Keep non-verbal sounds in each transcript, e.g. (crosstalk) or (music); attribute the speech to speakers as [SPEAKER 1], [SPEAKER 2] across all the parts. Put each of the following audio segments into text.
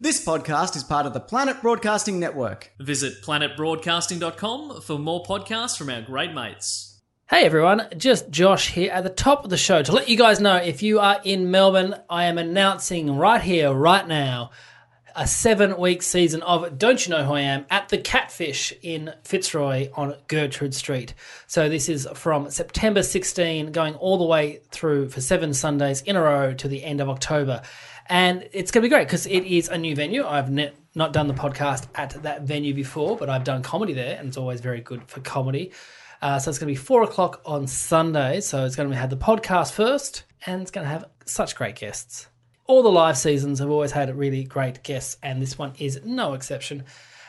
[SPEAKER 1] This podcast is part of the Planet Broadcasting Network.
[SPEAKER 2] Visit planetbroadcasting.com for more podcasts from our great mates.
[SPEAKER 3] Hey everyone, just Josh here at the top of the show to let you guys know if you are in Melbourne, I am announcing right here, right now, a seven week season of Don't You Know Who I Am at the Catfish in Fitzroy on Gertrude Street. So this is from September 16 going all the way through for seven Sundays in a row to the end of October. And it's going to be great because it is a new venue. I've ne- not done the podcast at that venue before, but I've done comedy there and it's always very good for comedy. Uh, so it's going to be four o'clock on Sunday. So it's going to have the podcast first, and it's going to have such great guests. All the live seasons have always had really great guests, and this one is no exception.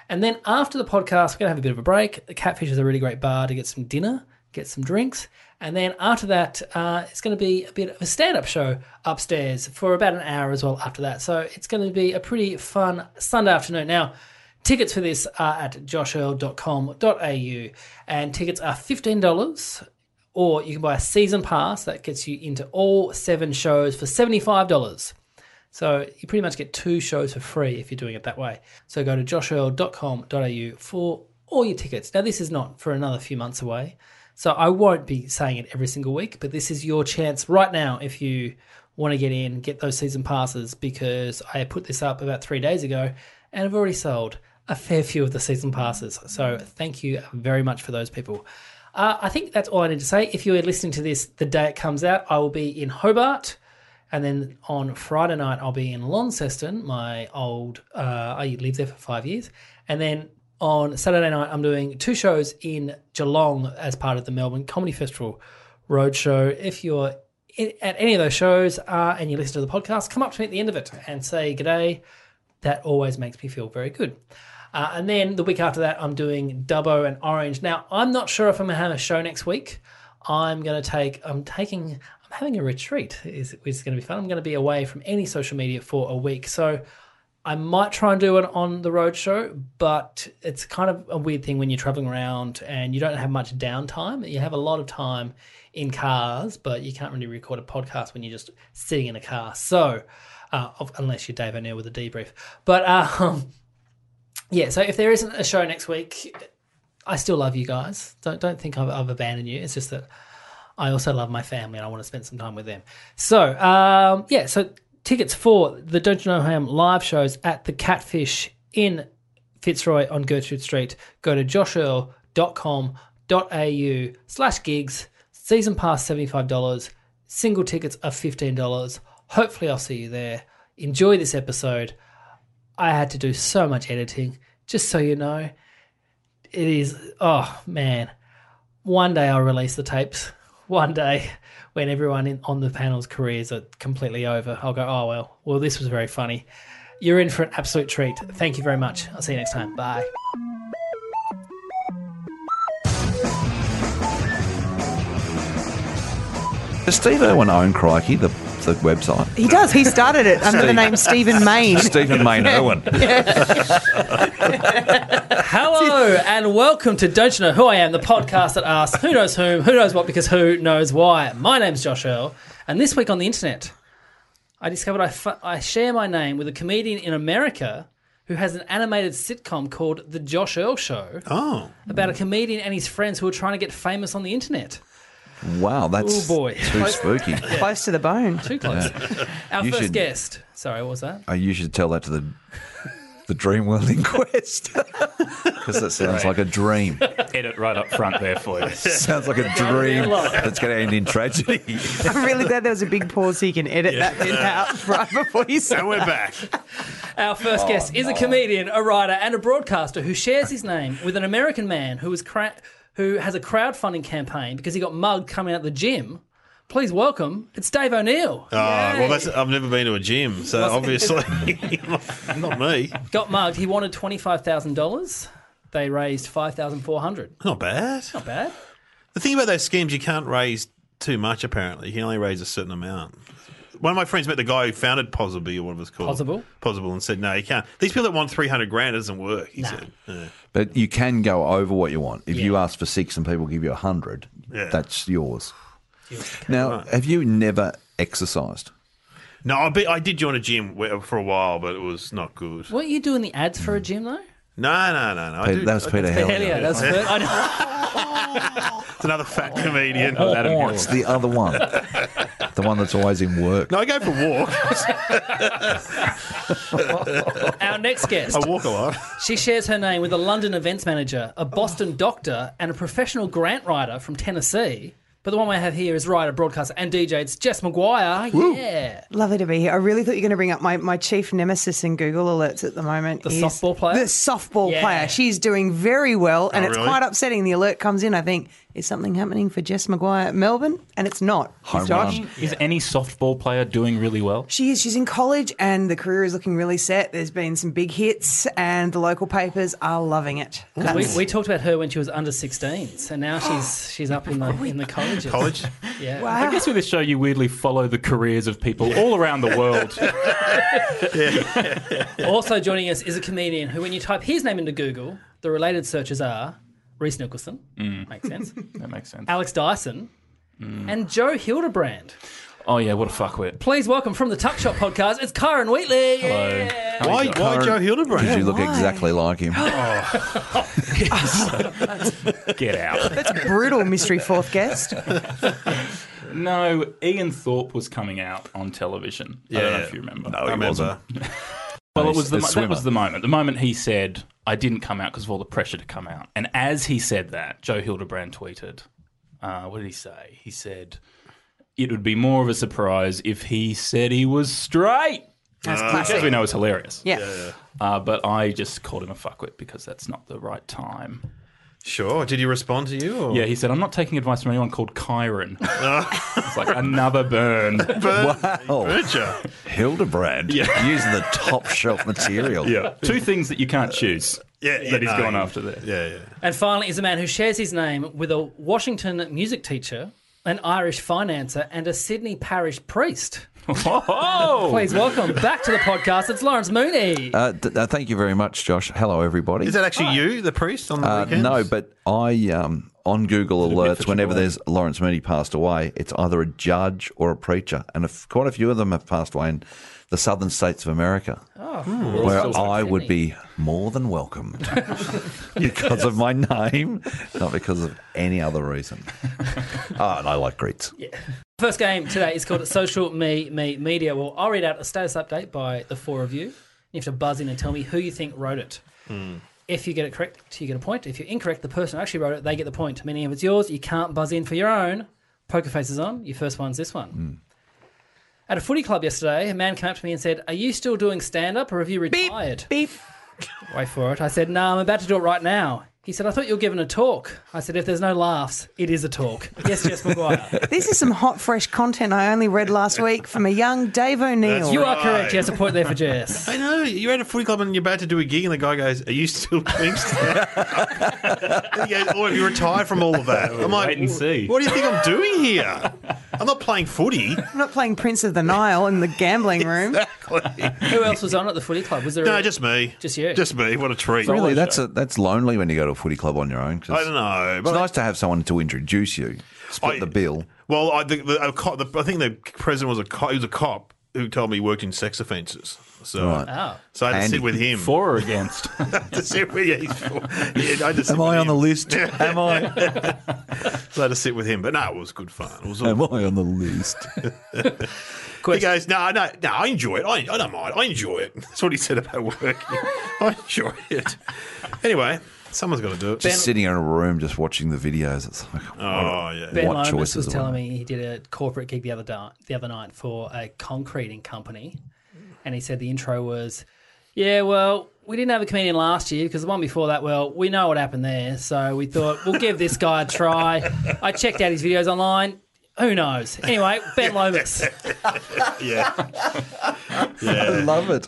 [SPEAKER 3] And then after the podcast, we're going to have a bit of a break. The Catfish is a really great bar to get some dinner, get some drinks. And then after that, uh, it's going to be a bit of a stand up show upstairs for about an hour as well after that. So it's going to be a pretty fun Sunday afternoon. Now, Tickets for this are at joshearl.com.au and tickets are $15 or you can buy a season pass that gets you into all seven shows for $75. So you pretty much get two shows for free if you're doing it that way. So go to joshearl.com.au for all your tickets. Now, this is not for another few months away. So I won't be saying it every single week, but this is your chance right now if you want to get in, get those season passes because I put this up about three days ago and I've already sold a fair few of the season passes. So thank you very much for those people. Uh, I think that's all I need to say. If you are listening to this the day it comes out, I will be in Hobart. And then on Friday night, I'll be in Launceston, my old, uh, I lived there for five years. And then on Saturday night, I'm doing two shows in Geelong as part of the Melbourne Comedy Festival Roadshow. If you're in, at any of those shows uh, and you listen to the podcast, come up to me at the end of it and say g'day. That always makes me feel very good. Uh, and then the week after that, I'm doing Dubbo and Orange. Now, I'm not sure if I'm going to have a show next week. I'm going to take, I'm taking, I'm having a retreat, is, is going to be fun. I'm going to be away from any social media for a week. So I might try and do it on the road show, but it's kind of a weird thing when you're traveling around and you don't have much downtime. You have a lot of time in cars, but you can't really record a podcast when you're just sitting in a car. So, uh, of- unless you're Dave O'Neill with a debrief. But (laughs) um, yeah, so if there isn't a show next week, I still love you guys. Don't don't think I've, I've abandoned you. It's just that I also love my family and I want to spend some time with them. So um, yeah, so tickets for the Don't You Know Who I Am live shows at the Catfish in Fitzroy on Gertrude Street. Go to joshearl.com.au slash gigs. Season pass seventy five dollars. Single tickets are fifteen dollars. Hopefully, I'll see you there. Enjoy this episode. I had to do so much editing, just so you know. It is, oh man. One day I'll release the tapes. (laughs) One day when everyone in, on the panel's careers are completely over, I'll go, oh well, well, this was very funny. You're in for an absolute treat. Thank you very much. I'll see you next time. Bye.
[SPEAKER 4] Does Steve Irwin own Crikey, the, the website?
[SPEAKER 5] He does. He started it under the name Stephen Main.
[SPEAKER 4] Stephen Main Irwin.
[SPEAKER 3] Hello and welcome to Don't You Know Who I Am, the podcast that asks who knows whom, who knows what, because who knows why. My name's Josh Earl, and this week on the internet, I discovered I, fu- I share my name with a comedian in America who has an animated sitcom called The Josh Earl Show
[SPEAKER 6] Oh,
[SPEAKER 3] about a comedian and his friends who are trying to get famous on the internet.
[SPEAKER 4] Wow, that's
[SPEAKER 3] Oh, boy.
[SPEAKER 4] too spooky.
[SPEAKER 5] Close to the bone.
[SPEAKER 3] Too
[SPEAKER 4] (laughs)
[SPEAKER 3] close. Our
[SPEAKER 4] You
[SPEAKER 3] first
[SPEAKER 4] should-
[SPEAKER 3] guest. Sorry, what was that?
[SPEAKER 4] Uh, you should tell that to the the Dream World (laughs) Inquest because that sounds like a dream.
[SPEAKER 7] edit right up front there for
[SPEAKER 4] (laughs)
[SPEAKER 7] you.
[SPEAKER 4] sounds like a dream that's going to end in tragedy.
[SPEAKER 5] I'm really glad there was a big pause so you can edit that bit out (laughs) right before you said
[SPEAKER 6] and we're back.
[SPEAKER 3] Our first guest is a comedian, a writer, and a broadcaster who shares his name with an American man who was cra- who has a crowdfunding campaign because he got mugged coming out of the gym please welcome. It's Dave O'Neill.
[SPEAKER 6] Oh, well, that's, I've never been to a gym, so obviously (laughs) not me.
[SPEAKER 3] Got mugged. He wanted twenty five thousand dollars. They raised five thousand four hundred.
[SPEAKER 6] Not bad.
[SPEAKER 3] Not bad.
[SPEAKER 6] The thing about those schemes, you can't raise too much. Apparently, you can only raise a certain amount. One of my friends met the guy who founded Possibly, or whatever it's called.
[SPEAKER 3] Possible?
[SPEAKER 6] Possible, and said, "No, you can't." These people that want three hundred grand it doesn't work. He said, Yeah.
[SPEAKER 4] But you can go over what you want. If you ask for six and people give you a hundred,
[SPEAKER 6] Yeah.
[SPEAKER 4] that's yours. Now, have you never exercised?
[SPEAKER 6] "No, I, be, I did join a gym where- for a while, but it was not good."
[SPEAKER 3] Weren't you doing the ads for a gym though?
[SPEAKER 6] No, no, no, no. I
[SPEAKER 4] Peter,
[SPEAKER 6] do-
[SPEAKER 4] that was
[SPEAKER 6] I-
[SPEAKER 4] Peter
[SPEAKER 3] Hell yeah,
[SPEAKER 4] Hellier.
[SPEAKER 3] that's it. I know.
[SPEAKER 6] It's another fat comedian.
[SPEAKER 7] Adam Hill.
[SPEAKER 4] It's the other one, the one that's always in work.
[SPEAKER 6] No, (laughs) I go for walks.
[SPEAKER 3] Our next guest.
[SPEAKER 6] I walk a lot.
[SPEAKER 3] She shares her name with a London events manager, a Boston doctor, and a professional grant writer from Tennessee. But the one we have here is writer, broadcaster, and DJ. It's Jess McGuire. Yeah.
[SPEAKER 5] Lovely to be here. I really thought you were going to bring up my, my chief nemesis in Google Alerts at the moment. The
[SPEAKER 3] softball player?
[SPEAKER 5] The softball
[SPEAKER 3] Yeah.
[SPEAKER 5] player. She's doing very well, and
[SPEAKER 6] Oh,
[SPEAKER 5] it's
[SPEAKER 6] really?
[SPEAKER 5] quite upsetting. The alert comes in. I think is something happening for Jess Maguire at Melbourne, and it's not.
[SPEAKER 4] Home
[SPEAKER 5] Josh?
[SPEAKER 4] run.
[SPEAKER 7] Is any softball player doing really well?
[SPEAKER 5] She is. She's in college, and the career is looking really set. There's been some big hits, and the local papers are loving it.
[SPEAKER 3] We,
[SPEAKER 5] That's-
[SPEAKER 3] we talked about her when she was under 16, so now she's she's up in the in the colleges.
[SPEAKER 6] College.
[SPEAKER 3] Yeah.
[SPEAKER 7] I guess with this show, you weirdly follow the careers of people all around the world.
[SPEAKER 3] Also joining us is a comedian who, when you type his name into Google, the related searches are Reese Nicholson. Makes sense. (laughs)
[SPEAKER 7] that makes sense.
[SPEAKER 3] Alex Dyson. And Joe Hildebrand.
[SPEAKER 7] Oh, yeah, what a fuckwit.
[SPEAKER 3] Please welcome from the Tuck Shop podcast, it's Karen Wheatley.
[SPEAKER 7] Hello. How
[SPEAKER 6] Why?
[SPEAKER 7] you doing?
[SPEAKER 6] Why Joe Hildebrand?
[SPEAKER 4] Because you look
[SPEAKER 5] why?
[SPEAKER 4] exactly like him.
[SPEAKER 7] Get out.
[SPEAKER 5] That's brutal, mystery fourth guest.
[SPEAKER 7] No, Ian Thorpe was coming out on television. I don't know
[SPEAKER 6] Yeah.
[SPEAKER 7] if you remember.
[SPEAKER 6] I remember.
[SPEAKER 7] (laughs) Well, it
[SPEAKER 4] Nice.
[SPEAKER 7] was the,
[SPEAKER 4] The
[SPEAKER 7] mo- that
[SPEAKER 4] swimmer.
[SPEAKER 7] was the moment. The moment he said, "I didn't come out because of all the pressure to come out." And as he said that, Joe Hildebrand tweeted, uh, "What did he say?" He said, "It would be more of a surprise if he said he was straight."
[SPEAKER 5] That's
[SPEAKER 7] As we
[SPEAKER 5] classic.
[SPEAKER 7] know, it's hilarious.
[SPEAKER 5] Yeah.
[SPEAKER 7] Uh, but I just called him a fuckwit because that's not the right time.
[SPEAKER 6] Sure. Did he respond to you? Or?
[SPEAKER 7] Yeah, he said, "I'm not taking advice from anyone called Chiron." it's like another burn.
[SPEAKER 4] (laughs) Wow.
[SPEAKER 7] (laughs)
[SPEAKER 6] Furniture.
[SPEAKER 4] Hildebrand using the top shelf material.
[SPEAKER 7] yeah, two things that you can't choose.
[SPEAKER 6] Yeah, yeah,
[SPEAKER 7] that he's
[SPEAKER 6] no,
[SPEAKER 7] gone
[SPEAKER 6] you-
[SPEAKER 7] after there.
[SPEAKER 6] Yeah, yeah.
[SPEAKER 3] And finally is a man who shares his name with a Washington music teacher, an Irish financer, and a Sydney parish priest.
[SPEAKER 7] Whoa!
[SPEAKER 3] Please welcome back to the podcast, it's Lawrence Mooney.
[SPEAKER 4] Uh, th- uh, thank you very much, Josh. Hello, everybody.
[SPEAKER 6] Is that actually you, the priest, on the
[SPEAKER 4] Uh,
[SPEAKER 6] weekends?
[SPEAKER 4] no, but I um, on Google Alerts,
[SPEAKER 7] Bedfordshire
[SPEAKER 4] whenever
[SPEAKER 7] Way?
[SPEAKER 4] there's Lawrence Mooney passed away, it's either a judge or a preacher, and if, quite a few of them have passed away in the southern states of America,
[SPEAKER 6] Hmm.
[SPEAKER 4] where I would be more than
[SPEAKER 6] (laughs)
[SPEAKER 4] welcome (laughs) because of my name, not because of any other
[SPEAKER 6] (laughs)
[SPEAKER 4] reason. oh, and I like Greeks.
[SPEAKER 3] First game today is called Social Me Me Media. Well, I'll read out a status update by the four of you. You have to buzz in and tell me who you think wrote it. If you get it correct, you get a point. If you're incorrect, the person who actually wrote it, they get the point. Meaning if it's yours, you can't buzz in for your own. Poker face is on. Your first one's this one. At a footy club yesterday, a man came up to me and said, Are you still doing stand up or have you retired?
[SPEAKER 5] Beep.
[SPEAKER 3] Wait for it. I said, No, I'm about to do it right now. He said, I thought you were giving a talk. I said, If there's no laughs, it is a talk. (laughs) Yes, Jess McGuire.
[SPEAKER 5] This is some hot, fresh content I only read last week from a young Dave O'Neill.
[SPEAKER 3] You are correct. Yes, a point there for Jess.
[SPEAKER 6] I know. You're at a footy club and you're about to do a gig, and the guy goes, Are you still (laughs) doing stand he goes, Oh, have you retired from all of that? I'm like,
[SPEAKER 7] Wait and see.
[SPEAKER 6] What do you think I'm doing here? I'm not playing
[SPEAKER 7] (laughs)
[SPEAKER 6] footy. (laughs)
[SPEAKER 5] I'm not playing Prince of the Nile in the gambling room.
[SPEAKER 3] (laughs) Who else was on at the footy club? Was there?
[SPEAKER 6] No,
[SPEAKER 3] a-
[SPEAKER 6] just me.
[SPEAKER 3] Just you.
[SPEAKER 6] Just me. What a treat.
[SPEAKER 4] Really, that's a, that's lonely when you go to a footy club on your own. 'cause
[SPEAKER 6] I don't know.
[SPEAKER 4] It's
[SPEAKER 6] But
[SPEAKER 4] nice to have someone to introduce you, split
[SPEAKER 6] I-
[SPEAKER 4] the bill.
[SPEAKER 6] Well, I, the, the, a cop, the, I think the president was a cop. He was a cop who told me he worked in sex offences. So,
[SPEAKER 4] Right.
[SPEAKER 3] Oh.
[SPEAKER 6] so I had to
[SPEAKER 4] Andy.
[SPEAKER 6] sit with him.
[SPEAKER 7] For or (laughs)
[SPEAKER 6] (laughs)
[SPEAKER 7] against?
[SPEAKER 6] to sit with, yeah, he's four.
[SPEAKER 4] (laughs)
[SPEAKER 6] Yeah, I had to sit
[SPEAKER 4] Am
[SPEAKER 6] with
[SPEAKER 4] I on
[SPEAKER 6] him.
[SPEAKER 4] the
[SPEAKER 6] (laughs)
[SPEAKER 4] list? Am I?
[SPEAKER 6] So I had to sit with him. But no, it was good fun. It was all
[SPEAKER 4] Am I on the
[SPEAKER 6] (laughs)
[SPEAKER 4] list?
[SPEAKER 6] He goes, no, no, no, I enjoy it. I, I don't mind. I enjoy it. (laughs) That's what he said about work. (laughs) I enjoy it. Anyway, someone's got to do it.
[SPEAKER 4] Just sitting in a room, just watching the videos. It's like,
[SPEAKER 6] oh, yeah.
[SPEAKER 3] Ben
[SPEAKER 4] what
[SPEAKER 3] Lomas
[SPEAKER 4] choices
[SPEAKER 3] was
[SPEAKER 4] are
[SPEAKER 3] telling
[SPEAKER 4] there?
[SPEAKER 3] me he did a corporate gig the other di- the other night for a concreting company, and he said the intro was, "Yeah, well, we didn't have a comedian last year because the one before that, well, we
[SPEAKER 4] (laughs)
[SPEAKER 3] know what happened there, so we thought we'll give this guy a try." I checked out his videos online. Who knows? Anyway, Ben Lomas.
[SPEAKER 6] Yeah.
[SPEAKER 3] (laughs)
[SPEAKER 6] yeah.
[SPEAKER 4] Love it.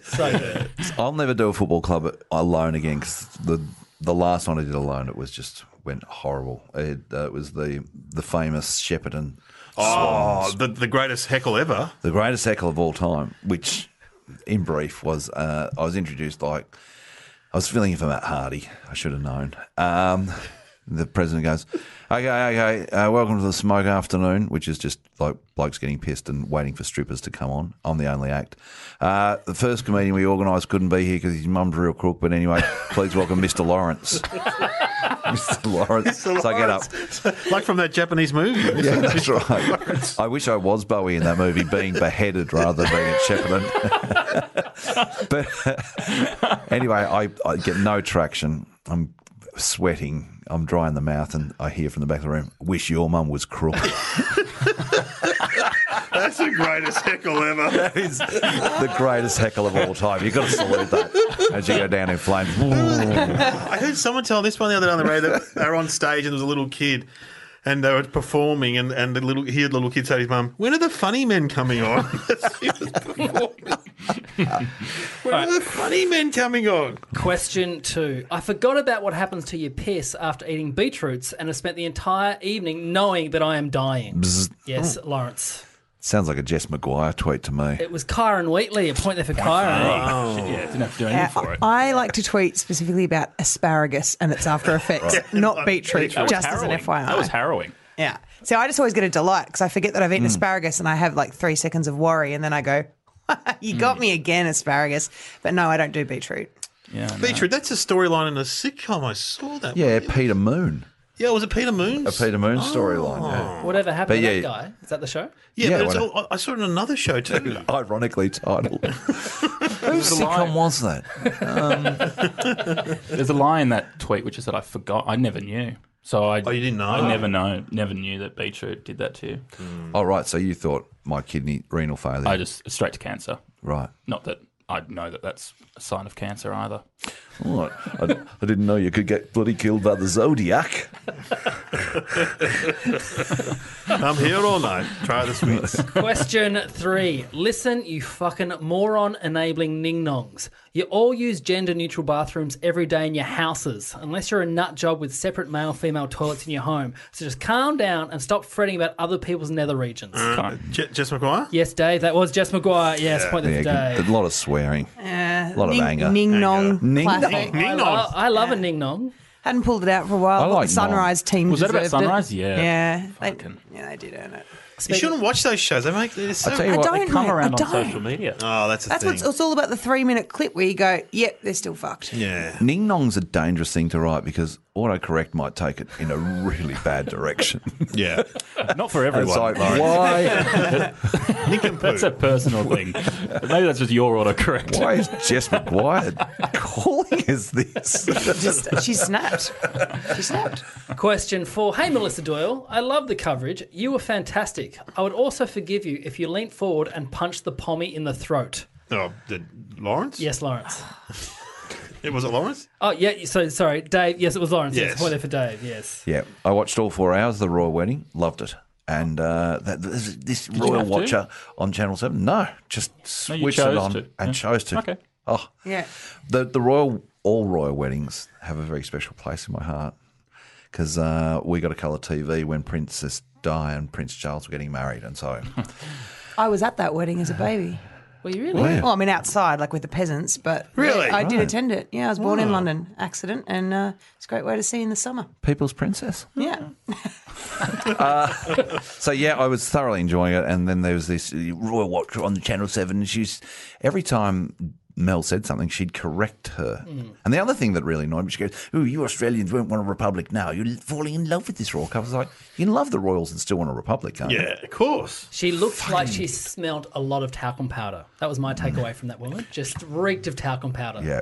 [SPEAKER 4] I'll never do a football club alone again because the the last one I did alone, it was just went horrible. It, uh, it was the the famous Shepparton
[SPEAKER 6] Oh, the, the greatest heckle ever.
[SPEAKER 4] the greatest heckle of all time, which in brief was uh, I was introduced like I was filling in for Matt Hardy. I should have known. Um, the president goes, "Okay, okay, uh, welcome to the smoke afternoon," which is just like blokes getting pissed and waiting for strippers to come on. I'm the only act. Uh, the first comedian we organised couldn't be here because his mum's a real crook. But anyway, please welcome Mr. Lawrence. (laughs) Mr. Lawrence. So I get up.
[SPEAKER 6] Like from that Japanese movie.
[SPEAKER 4] (laughs) Yeah, that's right. I wish I was Bowie in that movie, being beheaded rather than being at Shepparton. (laughs) but anyway, I, I get no traction. I'm sweating. I'm dry in the mouth, and I hear from the back of the room, "Wish your mum was crook."
[SPEAKER 6] (laughs)
[SPEAKER 4] (laughs)
[SPEAKER 6] That's the greatest heckle
[SPEAKER 4] (laughs)
[SPEAKER 6] ever.
[SPEAKER 4] It's the greatest heckle of all time. You've got to salute that as you go down in flames. (laughs) Ooh.
[SPEAKER 6] I heard someone tell this one the other day on the radio that they were on stage and there was a little kid and they were performing and, and the little he had the little kid say to his mum, When are the funny men coming on? (laughs) As he was performing. when are the funny men coming on?
[SPEAKER 3] Question two. I forgot about what happens to your piss after eating beetroots and have spent the entire evening knowing that I am dying. Yes,
[SPEAKER 4] Oh.
[SPEAKER 3] Lawrence.
[SPEAKER 4] Sounds like a Jess McGuire tweet to me.
[SPEAKER 3] It was Kyron Wheatley. A point there for Kyron.
[SPEAKER 7] Oh. Shit, yeah, didn't have to do anything for
[SPEAKER 5] Uh,
[SPEAKER 7] it.
[SPEAKER 5] I like to tweet specifically about asparagus and its after effects, (laughs) not beetroot,
[SPEAKER 7] That was
[SPEAKER 5] just as an
[SPEAKER 7] harrowing.
[SPEAKER 5] FYI.
[SPEAKER 7] That was harrowing.
[SPEAKER 5] yeah. So I just always get a delight because I forget that I've
[SPEAKER 7] Hmm.
[SPEAKER 5] eaten asparagus and I have like three seconds of worry and then I go, (laughs) you got
[SPEAKER 7] Hmm.
[SPEAKER 5] me again, asparagus. But no, I don't do beetroot.
[SPEAKER 7] Yeah, no.
[SPEAKER 6] Beetroot, that's a storyline in a sitcom. I saw that.
[SPEAKER 4] Yeah, Peter Moon.
[SPEAKER 6] Yeah, was it Peter Moon's?
[SPEAKER 4] A Peter Moon storyline. yeah.
[SPEAKER 3] Whatever happened
[SPEAKER 4] But
[SPEAKER 3] to that
[SPEAKER 4] yeah.
[SPEAKER 3] guy? Is that the show?
[SPEAKER 6] Oh. Yeah,
[SPEAKER 4] Yeah,
[SPEAKER 6] but it's
[SPEAKER 4] well-
[SPEAKER 6] all, I I saw it in another show too.
[SPEAKER 4] (laughs) Ironically titled. Whose sitcom was that?
[SPEAKER 7] There's a lie in that tweet which is that I forgot. I never knew. So I.
[SPEAKER 6] Oh, you didn't know?
[SPEAKER 7] I never know. Never knew that beetroot did that to you.
[SPEAKER 4] Oh, right. So you thought my kidney renal failure.
[SPEAKER 7] I just straight to cancer.
[SPEAKER 4] right.
[SPEAKER 7] Not that I know that that's a sign of cancer either.
[SPEAKER 4] All right. I, I didn't know you could get bloody killed by the Zodiac.
[SPEAKER 6] I'm here all night. Try the sweets.
[SPEAKER 3] Question three. Listen, you fucking moron enabling ningnongs. You all use gender neutral bathrooms every day in your houses, unless you're a nut job with separate male female toilets in your home. So just calm down and stop fretting about other people's nether regions.
[SPEAKER 6] Je- Jess McGuire?
[SPEAKER 3] Yes, Dave, that was Jess McGuire. Yes, point there
[SPEAKER 4] Yeah,
[SPEAKER 3] for
[SPEAKER 4] you can-
[SPEAKER 3] Dave.
[SPEAKER 4] a lot of swearing.
[SPEAKER 5] Yeah.
[SPEAKER 4] Lot of anger.
[SPEAKER 5] Uh, Ning nong.
[SPEAKER 4] Ning
[SPEAKER 5] classic.
[SPEAKER 4] nong.
[SPEAKER 3] I, lo-
[SPEAKER 6] Ning Nong.
[SPEAKER 3] I love a ning nong.
[SPEAKER 5] Hadn't pulled it out for a
[SPEAKER 4] I
[SPEAKER 5] while. but
[SPEAKER 4] like
[SPEAKER 5] the Sunrise team
[SPEAKER 7] Was that about
[SPEAKER 5] deserved it.
[SPEAKER 7] Sunrise? Yeah.
[SPEAKER 5] Yeah. They,
[SPEAKER 7] Fucking-
[SPEAKER 5] yeah, they did earn it.
[SPEAKER 6] You shouldn't watch those shows. They make they're so.
[SPEAKER 4] I tell you
[SPEAKER 5] I
[SPEAKER 4] what,
[SPEAKER 5] don't
[SPEAKER 7] They come
[SPEAKER 5] mate,
[SPEAKER 7] around
[SPEAKER 5] I
[SPEAKER 7] on
[SPEAKER 5] don't.
[SPEAKER 7] social media.
[SPEAKER 6] oh, that's a
[SPEAKER 5] That's
[SPEAKER 6] thing.
[SPEAKER 5] what's it's all about the three minute clip where you go, yep, they're still fucked.
[SPEAKER 6] yeah.
[SPEAKER 4] Ning Nong's a dangerous thing to write because autocorrect might take it in a really bad direction.
[SPEAKER 6] Yeah.
[SPEAKER 7] Not for
[SPEAKER 4] it's
[SPEAKER 7] everyone.
[SPEAKER 4] like,
[SPEAKER 7] Lauren.
[SPEAKER 4] why,
[SPEAKER 7] That's a personal thing. Maybe that's just your autocorrect.
[SPEAKER 4] why is Jess McGuire calling us this?
[SPEAKER 5] (laughs) Just, she snapped. She snapped.
[SPEAKER 3] Question four. Hey, Melissa Doyle, I love the coverage. You were fantastic. I would also forgive you if you leant forward and punched the pommy in the throat.
[SPEAKER 6] Oh, the Lawrence?
[SPEAKER 3] Yes, Lawrence.
[SPEAKER 6] It was it Lawrence?
[SPEAKER 3] Oh, yeah. So, sorry, Dave. Yes, it was Lawrence. Yes.
[SPEAKER 6] Yes.
[SPEAKER 3] Point there for Dave. Yes.
[SPEAKER 4] Yeah, I watched all four hours of the royal wedding. Loved it. And uh, that, this, this royal
[SPEAKER 7] have to?
[SPEAKER 4] watcher on Channel Seven. No, just
[SPEAKER 7] No, you
[SPEAKER 4] switched it
[SPEAKER 7] chose
[SPEAKER 4] on
[SPEAKER 7] to.
[SPEAKER 4] and
[SPEAKER 7] Yeah.
[SPEAKER 4] chose to.
[SPEAKER 7] Okay.
[SPEAKER 4] Oh,
[SPEAKER 5] Yeah.
[SPEAKER 4] the the royal all royal weddings have a very special place in my heart because uh, we got a colour TV when Princess Di and Prince Charles were getting married, and
[SPEAKER 7] (laughs)
[SPEAKER 4] so
[SPEAKER 5] I was at that wedding as a baby.
[SPEAKER 3] Were you really?
[SPEAKER 4] Yeah.
[SPEAKER 5] Well, I mean, outside, like with the peasants, but
[SPEAKER 6] Really?
[SPEAKER 5] I did attend it. Yeah, I was born in London, accident, and uh, it's a great way to see in the summer.
[SPEAKER 4] people's princess.
[SPEAKER 5] Yeah.
[SPEAKER 4] So yeah, I was thoroughly enjoying it. And then there was this royal watcher on the Channel Seven, and she's every time Mel said something, she'd correct her. And the other thing that really annoyed me, she goes, "Ooh, you Australians won't want a republic now. You're falling in love with this royal couple." I was like, "You can love the royals and still want a republic, aren't you?"
[SPEAKER 6] Yeah, of course.
[SPEAKER 3] She looked like she smelled a lot of talcum powder. That was my takeaway from that woman. Just reeked of talcum powder.
[SPEAKER 4] Yeah.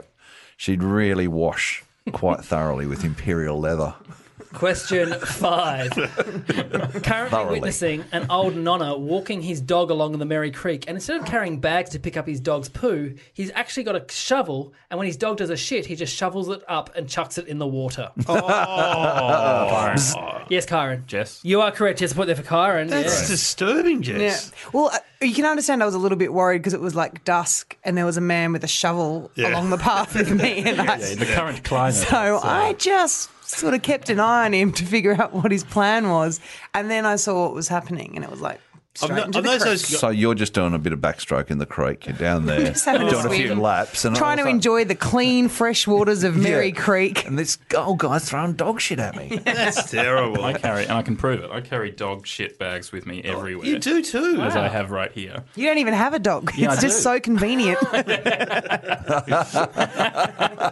[SPEAKER 4] She'd really wash quite thoroughly with imperial leather. (laughs)
[SPEAKER 3] Question five. Currently
[SPEAKER 4] Thoroughly.
[SPEAKER 3] witnessing an old nonna walking his dog along the Merry Creek, and instead of carrying bags to pick up his dog's poo, he's actually got a shovel, and when his dog does a shit, he just shovels it up and chucks it in the water. Yes, Kyron.
[SPEAKER 7] Jess.
[SPEAKER 3] You are correct. Yes, point there for Kyron.
[SPEAKER 6] That's
[SPEAKER 3] Yeah.
[SPEAKER 5] (laughs)
[SPEAKER 6] disturbing,
[SPEAKER 5] Yeah.
[SPEAKER 6] Jess.
[SPEAKER 5] Well, uh, you can understand I was a little bit worried because it was like dusk and there was a man with a shovel
[SPEAKER 6] Yeah.
[SPEAKER 5] along the path with me. (laughs) And I,
[SPEAKER 7] In the current climate.
[SPEAKER 5] (laughs) So
[SPEAKER 7] it's, uh,
[SPEAKER 5] I just sort of kept an eye on him to figure out what his plan was. And then I saw what was happening and it was like, straight
[SPEAKER 6] I've, no,
[SPEAKER 5] into
[SPEAKER 6] I've
[SPEAKER 5] the
[SPEAKER 6] noticed
[SPEAKER 5] creek.
[SPEAKER 6] those.
[SPEAKER 4] So you're just doing a bit of backstroke in the creek. You're down there,
[SPEAKER 5] (laughs) Just having a
[SPEAKER 4] doing a
[SPEAKER 5] swim.
[SPEAKER 4] few laps, and
[SPEAKER 5] Trying
[SPEAKER 4] all
[SPEAKER 5] to
[SPEAKER 4] of a sudden-
[SPEAKER 5] enjoy the clean, fresh waters of Merry
[SPEAKER 4] Yeah.
[SPEAKER 5] Creek.
[SPEAKER 4] And this old guy's throwing dog shit at
[SPEAKER 5] (laughs)
[SPEAKER 4] me.
[SPEAKER 6] That's terrible.
[SPEAKER 7] I carry, and I can prove it. I carry dog shit bags with me everywhere.
[SPEAKER 6] you do too.
[SPEAKER 7] as I have right here.
[SPEAKER 5] You don't even have a dog.
[SPEAKER 7] Yeah,
[SPEAKER 5] it's
[SPEAKER 7] I
[SPEAKER 5] just
[SPEAKER 7] do.
[SPEAKER 5] so convenient. (laughs)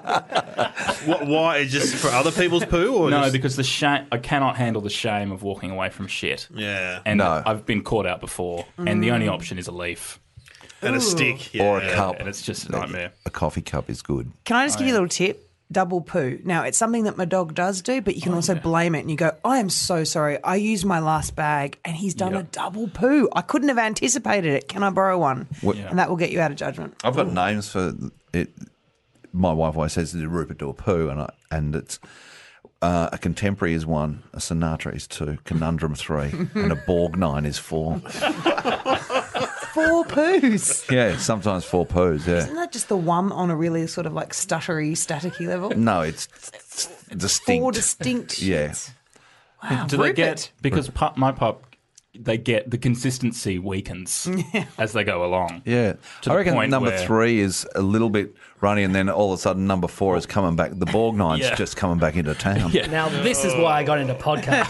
[SPEAKER 6] What, why? Just for other people's poo? Or
[SPEAKER 7] No,
[SPEAKER 6] just-
[SPEAKER 7] because the shame I cannot handle the shame of walking away from shit.
[SPEAKER 6] yeah, and,
[SPEAKER 4] No.
[SPEAKER 7] And I've been caught out before, and the only option is a leaf,
[SPEAKER 6] a stick yeah.
[SPEAKER 4] Or a cup.
[SPEAKER 7] and it's just a nightmare.
[SPEAKER 4] A coffee cup is good.
[SPEAKER 5] Can I just give you a little tip? Double poo. Now, it's something that my dog does do, but you can also blame it and you go, I am so sorry. I used my last bag and he's done a double poo. I couldn't have anticipated it. Can I borrow one? And that will get you out of judgment.
[SPEAKER 4] I've got names for it. My wife always says it's a Rupador poo, and I, and it's uh, a contemporary is one, a Sinatra is two, Conundrum three, and a Borgnine is (laughs) four.
[SPEAKER 5] Four poos.
[SPEAKER 4] Yeah, sometimes four poos. Yeah,
[SPEAKER 5] Isn't that just the one on a really sort of like stuttery, staticky level?
[SPEAKER 4] no, it's, it's distinct.
[SPEAKER 5] Four
[SPEAKER 6] (laughs)
[SPEAKER 5] distinct.
[SPEAKER 4] Yeah.
[SPEAKER 5] shits. Wow.
[SPEAKER 7] Do they
[SPEAKER 5] Rupert.
[SPEAKER 7] get because pup, my pup? They get the consistency (laughs) weakens as they go along.
[SPEAKER 4] Yeah,
[SPEAKER 7] To
[SPEAKER 4] I
[SPEAKER 7] the
[SPEAKER 4] reckon
[SPEAKER 7] point
[SPEAKER 4] number
[SPEAKER 7] where-
[SPEAKER 4] three is a little bit runny, and then all of a sudden number four is coming back. The Borgnine's
[SPEAKER 7] Yeah.
[SPEAKER 4] just coming back into
[SPEAKER 7] (laughs)
[SPEAKER 4] town.
[SPEAKER 3] Now, this is why I got into podcasting.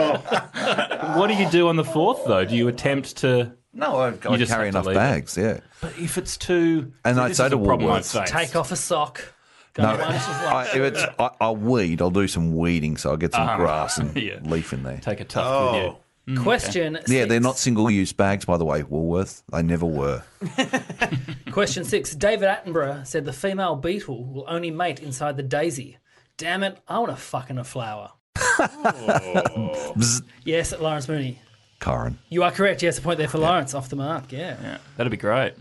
[SPEAKER 7] What do you do on the fourth though? Do you attempt to?
[SPEAKER 4] No, I, I
[SPEAKER 7] You just
[SPEAKER 4] carry
[SPEAKER 7] have to
[SPEAKER 4] enough
[SPEAKER 7] leave it.
[SPEAKER 4] bags. Yeah,
[SPEAKER 7] But if it's too,
[SPEAKER 4] And
[SPEAKER 7] See,
[SPEAKER 4] I'd
[SPEAKER 7] this
[SPEAKER 4] say
[SPEAKER 7] is
[SPEAKER 4] to
[SPEAKER 7] a problem I've
[SPEAKER 4] Woolworths,
[SPEAKER 7] faced.
[SPEAKER 3] Take off a sock. Go
[SPEAKER 4] no,
[SPEAKER 3] once, just
[SPEAKER 4] I,
[SPEAKER 3] like-
[SPEAKER 4] if it's I, I'll weed. I'll do some weeding, so I'll get some grass and
[SPEAKER 7] Yeah.
[SPEAKER 4] leaf in there.
[SPEAKER 7] Take a tuck
[SPEAKER 6] Oh,
[SPEAKER 7] with you.
[SPEAKER 3] Question
[SPEAKER 4] yeah,
[SPEAKER 3] six.
[SPEAKER 4] they're not single-use bags, by the way. Woolworth, they never were.
[SPEAKER 3] Question six. David Attenborough said the female beetle will only mate inside the daisy. Damn it, I want to fuck in a flower. yes, Lawrence Mooney.
[SPEAKER 4] Karen,
[SPEAKER 3] You are correct. Yes, a point there for Lawrence. Off the mark. Yeah.
[SPEAKER 7] Yeah, that'd be great.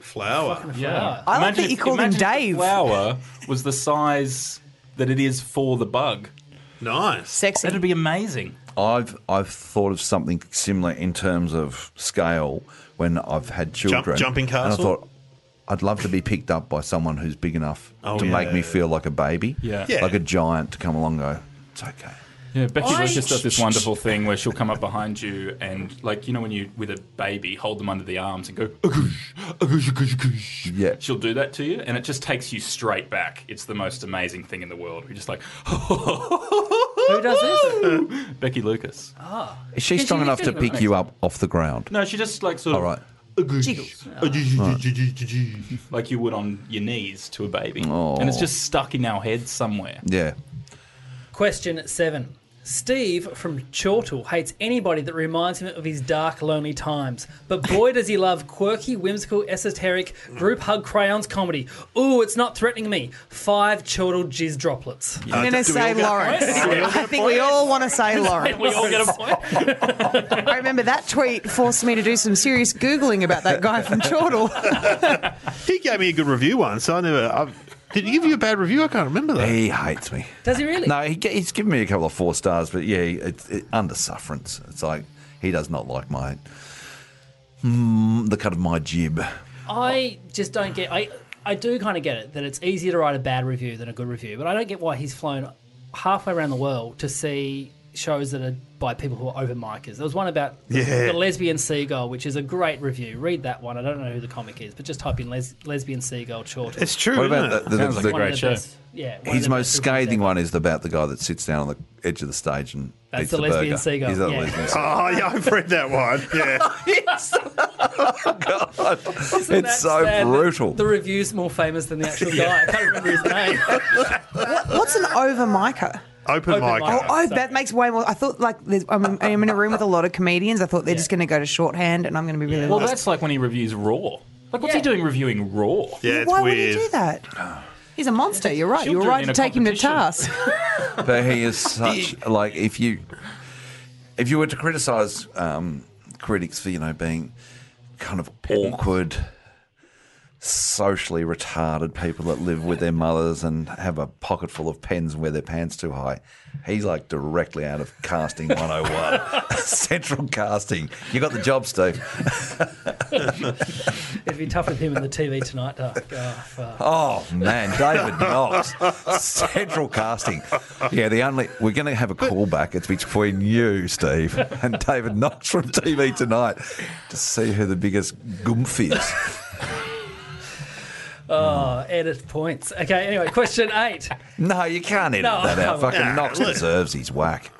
[SPEAKER 6] flower.
[SPEAKER 7] Yeah.
[SPEAKER 5] I like that you called him
[SPEAKER 7] imagine if the
[SPEAKER 5] Dave.
[SPEAKER 7] flower was the size that it is for the bug.
[SPEAKER 6] Nice.
[SPEAKER 5] Sexy.
[SPEAKER 7] That'd be amazing.
[SPEAKER 4] I've I've thought of something similar in terms of scale when I've had children.
[SPEAKER 6] jumping
[SPEAKER 4] And I
[SPEAKER 6] castle?
[SPEAKER 4] thought I'd love to be picked up by someone who's big enough
[SPEAKER 6] Oh,
[SPEAKER 4] to
[SPEAKER 6] yeah.
[SPEAKER 4] make me feel like a baby,
[SPEAKER 7] Yeah.
[SPEAKER 6] Yeah.
[SPEAKER 4] like a giant to come along. and Go, it's okay.
[SPEAKER 7] Yeah, Becky Lewis just does this wonderful thing where she'll come up behind you and, like, you know, when you with a baby hold them under the arms and go, "Agush, agush, agush, agush."
[SPEAKER 4] Yeah.
[SPEAKER 7] she'll do that to you, and it just takes you straight back. It's the most amazing thing in the world. You're just like, (laughs)
[SPEAKER 3] Who does this?
[SPEAKER 7] Becky Lucas.
[SPEAKER 4] Is she
[SPEAKER 3] Can
[SPEAKER 4] strong
[SPEAKER 3] she
[SPEAKER 4] enough to
[SPEAKER 3] lift it?
[SPEAKER 4] pick you up off the ground?
[SPEAKER 7] No, she just like sort
[SPEAKER 4] All right.
[SPEAKER 7] of like you would on your knees to a baby, and it's just stuck in our heads somewhere.
[SPEAKER 4] Yeah.
[SPEAKER 3] Question seven. Steve from Chortle hates anybody that reminds him of his dark, lonely times. But boy, does he love quirky, whimsical, esoteric group hug crayons comedy. Ooh, it's not threatening me. Five Chortle jizz droplets.
[SPEAKER 5] I'm going to say Lawrence. I think we all want to
[SPEAKER 6] (laughs)
[SPEAKER 5] say Lawrence.
[SPEAKER 7] We all get a point.
[SPEAKER 2] (laughs)
[SPEAKER 5] I remember that tweet forced me to do some serious Googling about that guy from
[SPEAKER 6] (laughs)
[SPEAKER 5] Chortle.
[SPEAKER 6] He gave me a good review once. So I never. I've, did he give you a bad review? I can't remember that.
[SPEAKER 4] He hates me.
[SPEAKER 3] Does he really?
[SPEAKER 4] No, he, ge- he's given me a couple of four stars, but yeah, it's it, under sufferance. It's like he does not like my mm, the cut of my jib.
[SPEAKER 3] I just don't get. I I do kind of get it that it's easier to write a bad review than a good review, but I don't get why he's flown halfway around the world to see shows that are by people who are open micers. There was one about
[SPEAKER 6] Yeah.
[SPEAKER 3] the lesbian seagull, which is a great review. Read that one. I don't know who the comic is, but just type in les- lesbian seagull short.
[SPEAKER 6] It's true.
[SPEAKER 4] What
[SPEAKER 6] isn't
[SPEAKER 4] about
[SPEAKER 6] it?
[SPEAKER 4] the, the, the,
[SPEAKER 3] Hmm. one of the
[SPEAKER 7] show.
[SPEAKER 3] best- yeah, one of
[SPEAKER 4] His
[SPEAKER 3] the
[SPEAKER 4] most
[SPEAKER 3] best
[SPEAKER 4] scathing
[SPEAKER 3] reviews
[SPEAKER 4] one is about the guy that sits down on the edge of the stage and
[SPEAKER 3] That's
[SPEAKER 4] eats
[SPEAKER 3] the lesbian
[SPEAKER 4] burger.
[SPEAKER 3] seagull,
[SPEAKER 4] He's the
[SPEAKER 3] yeah. (laughs)
[SPEAKER 4] lesbian
[SPEAKER 6] Oh yeah, I've read that one.
[SPEAKER 4] (laughs)
[SPEAKER 6] Yeah.
[SPEAKER 4] seagull.
[SPEAKER 3] ever. Isn't
[SPEAKER 4] it's
[SPEAKER 3] that sad
[SPEAKER 4] so
[SPEAKER 3] that
[SPEAKER 4] brutal.
[SPEAKER 3] The review's more famous than the
[SPEAKER 6] (laughs)
[SPEAKER 3] actual guy. I can't remember his name.
[SPEAKER 5] What's an over micer?
[SPEAKER 6] Open,
[SPEAKER 3] Open
[SPEAKER 6] mic.
[SPEAKER 3] mic.
[SPEAKER 5] Oh,
[SPEAKER 3] Yeah,
[SPEAKER 5] oh
[SPEAKER 3] so-
[SPEAKER 5] that makes way more. I thought like there's, I'm, I'm in a room with a lot of comedians. I thought they're just going to go to shorthand, and I'm going to be really.
[SPEAKER 7] Well,
[SPEAKER 5] lost.
[SPEAKER 7] that's like when he reviews Raw. Like, what's he
[SPEAKER 3] Yeah.
[SPEAKER 7] doing reviewing Raw? (laughs)
[SPEAKER 6] Yeah, it's
[SPEAKER 5] Why
[SPEAKER 6] weird. Ah.
[SPEAKER 5] would he do that? He's a monster. You're right. You're
[SPEAKER 7] Children
[SPEAKER 5] right
[SPEAKER 7] in
[SPEAKER 5] to
[SPEAKER 7] a
[SPEAKER 5] take him to
[SPEAKER 7] competition. (laughs)
[SPEAKER 5] task.
[SPEAKER 4] But he is such like if you if you were to criticize um, critics for you know being kind of awkward, socially retarded people that live with their mothers and have a pocket full of pens and wear their pants too high, he's like directly out of casting 101, (laughs) central casting. You got the job, Steve.
[SPEAKER 3] It'd be tough with him in the TV tonight. To go, fuck.
[SPEAKER 4] Oh man, David Knox, central casting. Yeah, the only we're going to have a callback. It's between you, Steve, and David Knox from TV tonight to see who the biggest goomph is.
[SPEAKER 3] Oh, edit points. Okay, anyway, question eight.
[SPEAKER 4] No, you can't edit
[SPEAKER 3] No,
[SPEAKER 4] that out.
[SPEAKER 3] come on.
[SPEAKER 4] Fucking Knox deserves his whack.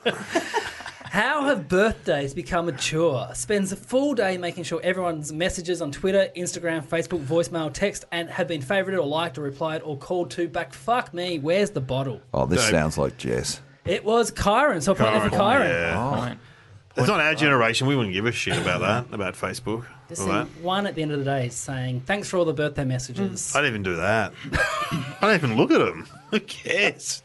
[SPEAKER 3] How have birthdays become a chore? Spends a full day making sure everyone's messages on Twitter, Instagram, Facebook, voicemail, text, and have been favoured or liked or replied or called to back. Fuck me, where's the bottle?
[SPEAKER 4] Oh, this sounds like Jess.
[SPEAKER 3] It was Kyron, so a point there for
[SPEAKER 6] Kyron,
[SPEAKER 3] Kyron.
[SPEAKER 6] yeah.
[SPEAKER 7] Right.
[SPEAKER 6] It's not our generation. We wouldn't give a shit about that, about Facebook. All
[SPEAKER 3] Listen,
[SPEAKER 6] that.
[SPEAKER 3] one at the end of the day is saying, thanks for all the birthday messages.
[SPEAKER 6] I don't even do that. (laughs) I don't even look at them. Who cares?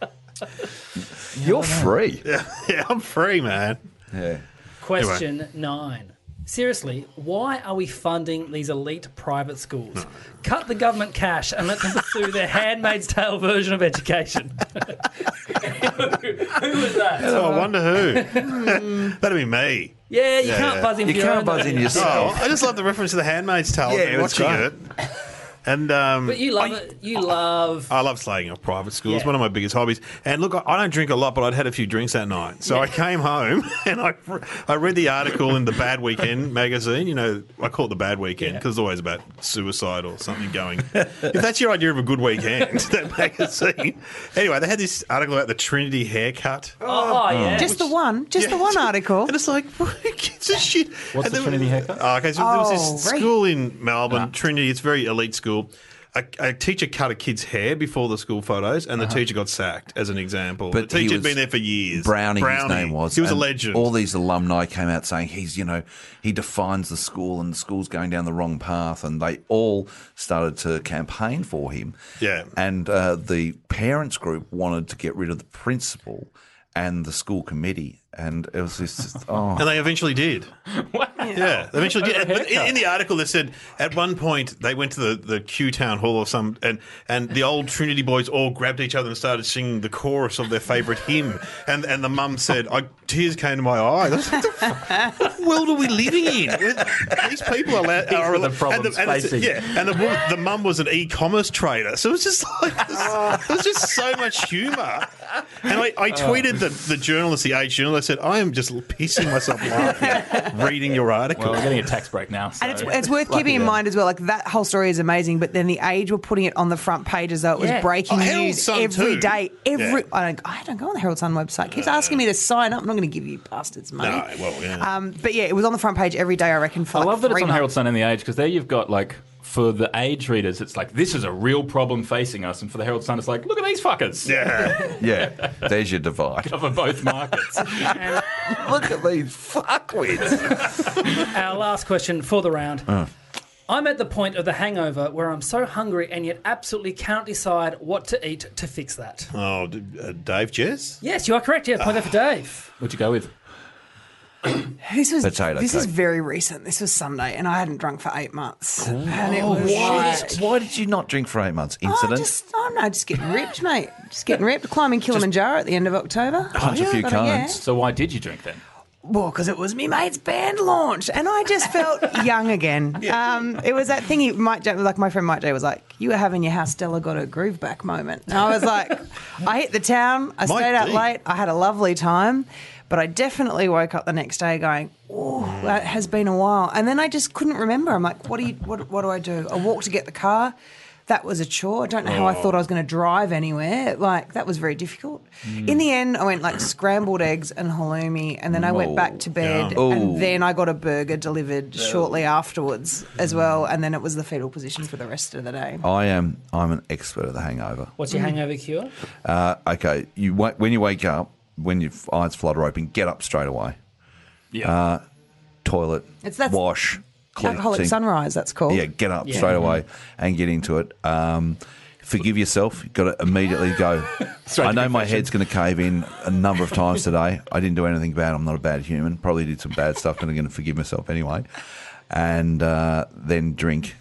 [SPEAKER 4] You're free.
[SPEAKER 6] Yeah, I'm free, man.
[SPEAKER 4] Yeah.
[SPEAKER 3] Question nine. Seriously, why are we funding these elite private schools? Cut the government cash and let them pursue their handmaid's tale version of education. Who was that?
[SPEAKER 6] So I wonder who. (laughs) That'd be me.
[SPEAKER 3] Yeah, you
[SPEAKER 6] Yeah,
[SPEAKER 3] can't
[SPEAKER 6] yeah.
[SPEAKER 3] buzz in.
[SPEAKER 4] You
[SPEAKER 3] for your
[SPEAKER 4] can't
[SPEAKER 3] own,
[SPEAKER 4] buzz
[SPEAKER 3] though.
[SPEAKER 4] in yourself.
[SPEAKER 6] Oh, I just love the reference to The Handmaid's Tale.
[SPEAKER 4] Yeah,
[SPEAKER 6] I've been
[SPEAKER 4] it was
[SPEAKER 6] watching
[SPEAKER 4] great.
[SPEAKER 6] it. And um,
[SPEAKER 3] But you love it. You love.
[SPEAKER 6] I love slagging off private school. It's
[SPEAKER 3] Yeah.
[SPEAKER 6] one of my biggest hobbies. And look, I- I don't drink a lot, but I'd had a few drinks that night. So I came home (laughs) and I, re- I read the article in the Bad Weekend magazine. You know, I call it the Bad Weekend because it's always about suicide or something going. if that's your idea of a good weekend, (laughs) that magazine. Anyway, they had this article about the Trinity haircut.
[SPEAKER 3] oh, yeah.
[SPEAKER 5] Just the one. Just
[SPEAKER 6] Yeah.
[SPEAKER 5] the one article.
[SPEAKER 6] And it's like, what gives a shit? And
[SPEAKER 7] What's the
[SPEAKER 6] there-
[SPEAKER 7] Trinity haircut?
[SPEAKER 6] Oh, okay, so there was this
[SPEAKER 5] Oh, right.
[SPEAKER 6] school in Melbourne,
[SPEAKER 4] Ah.
[SPEAKER 6] Trinity. It's a very elite school. A, a teacher cut a kid's hair before the school photos, and the teacher got sacked. As an example,
[SPEAKER 4] Uh-huh. But
[SPEAKER 6] the
[SPEAKER 4] he
[SPEAKER 6] teacher had
[SPEAKER 4] was-
[SPEAKER 6] been there for years.
[SPEAKER 4] Browning, his name was.
[SPEAKER 6] He was a
[SPEAKER 4] and
[SPEAKER 6] legend.
[SPEAKER 4] All these alumni came out saying he's, you know, he defines the school and the school's going down the wrong path. And they all started to campaign for him.
[SPEAKER 6] Yeah.
[SPEAKER 4] And uh, the parents group wanted to get rid of the principal and the school committee. And it was just, oh.
[SPEAKER 6] and they
[SPEAKER 4] (laughs)
[SPEAKER 6] eventually did. Yeah, they eventually did. And- But in, in the article, they said at one point they went to the, the Q Town Hall or some, and, and the old Trinity boys all grabbed each other and started singing the chorus of their favourite hymn. And and the mum said, I, "Tears came to my (laughs) eyes." I was like, "The f- what world are we living in? These people are, (laughs) allowed- are
[SPEAKER 7] were the
[SPEAKER 6] allowed-
[SPEAKER 7] problems
[SPEAKER 6] and it's-
[SPEAKER 7] facing.
[SPEAKER 6] Yeah, and the, wo- the mum was an e-commerce trader, so it was just like this, there was just so much humour. And I, I tweeted the, the journalist, the age journalist, I said, "I am just pissing myself laughing (laughs) reading your article."
[SPEAKER 7] Well, we're getting a tax break now. So.
[SPEAKER 5] And it's, it's worth keeping in mind as well, like that whole story is amazing, but then the age were putting it on the front page as though it was
[SPEAKER 3] Yeah.
[SPEAKER 5] breaking
[SPEAKER 6] Oh, Herald
[SPEAKER 5] news
[SPEAKER 6] Sun
[SPEAKER 5] every
[SPEAKER 6] too.
[SPEAKER 5] day. Every
[SPEAKER 6] Yeah.
[SPEAKER 5] I, don't, I don't go on the Herald Sun website. Keeps asking me to sign up. I'm not going to give you bastards money.
[SPEAKER 6] No, well, yeah.
[SPEAKER 5] Um, but yeah, it was on the front page every day. I reckon. For
[SPEAKER 7] I
[SPEAKER 5] like
[SPEAKER 7] love that
[SPEAKER 5] three
[SPEAKER 7] it's on
[SPEAKER 5] months.
[SPEAKER 7] Herald Sun and the Age because there you've got like for the Age readers, it's like this is a real problem facing us, and for the Herald Sun, it's like look at these fuckers
[SPEAKER 6] yeah, (laughs)
[SPEAKER 4] Yeah, there's your divide.
[SPEAKER 7] (laughs) cover both markets.
[SPEAKER 4] Look at these
[SPEAKER 6] (laughs)
[SPEAKER 4] fuckwits.
[SPEAKER 3] Our last question for the round. I'm at the point of the hangover where I'm so hungry and yet absolutely can't decide what to eat to fix that.
[SPEAKER 6] oh, d- uh, Dave Jess.
[SPEAKER 3] Yes, you are correct. Yeah, point there for Dave.
[SPEAKER 7] What'd you go with?
[SPEAKER 5] This was
[SPEAKER 4] Potato
[SPEAKER 5] this is
[SPEAKER 4] cake.
[SPEAKER 5] very recent. This was Sunday, and I hadn't drunk for eight months. and it was like-
[SPEAKER 4] Why did you not drink for eight months?
[SPEAKER 5] Oh,
[SPEAKER 4] Incident?
[SPEAKER 5] just, I'm not just getting ripped, mate. Just getting ripped. Climbing Kilimanjaro at the end of October.
[SPEAKER 4] Punch a few
[SPEAKER 5] But, uh, yeah.
[SPEAKER 4] cones.
[SPEAKER 7] So why did you drink then?
[SPEAKER 5] Well, because it was me mate's band launch, and I just felt
[SPEAKER 6] (laughs)
[SPEAKER 5] young again. Um, it was that thing. He, Mike, J- like my friend Mike J was like, "You were having your how Stella got her groove back moment," and I was
[SPEAKER 6] (laughs)
[SPEAKER 5] like, "I hit the town. I
[SPEAKER 6] Mike
[SPEAKER 5] stayed out
[SPEAKER 6] D.
[SPEAKER 5] late. I had a lovely time, but I definitely woke up the next day going." Oh, that has been a while. And then I just couldn't remember. I'm like, what do you what what do I do? I walked to get the car. That was a chore. I don't know how I thought I was going to drive anywhere. Like that was very difficult. In the end, I went like scrambled eggs and halloumi, and then I went back to bed, and then I got a burger delivered shortly afterwards as well. And then it was the fetal position for the rest of the day.
[SPEAKER 4] I am. I'm an expert at the hangover.
[SPEAKER 3] What's your hangover cure?
[SPEAKER 4] Uh, okay, you wa- when you wake up, when your f- eyes flutter open, get up straight away. Uh,
[SPEAKER 7] Yeah.
[SPEAKER 4] Toilet,
[SPEAKER 5] It's- that's-
[SPEAKER 4] wash, clean,
[SPEAKER 5] Alcoholic
[SPEAKER 4] sink.
[SPEAKER 5] sunrise, that's called.
[SPEAKER 4] Yeah, get up straight away and get into it. Um, forgive yourself. You've got to immediately go. I know my head's going to cave in a number of times today. I didn't do anything bad. I'm not a bad human. Probably did some bad stuff, but I'm going to forgive myself anyway. And uh, then drink.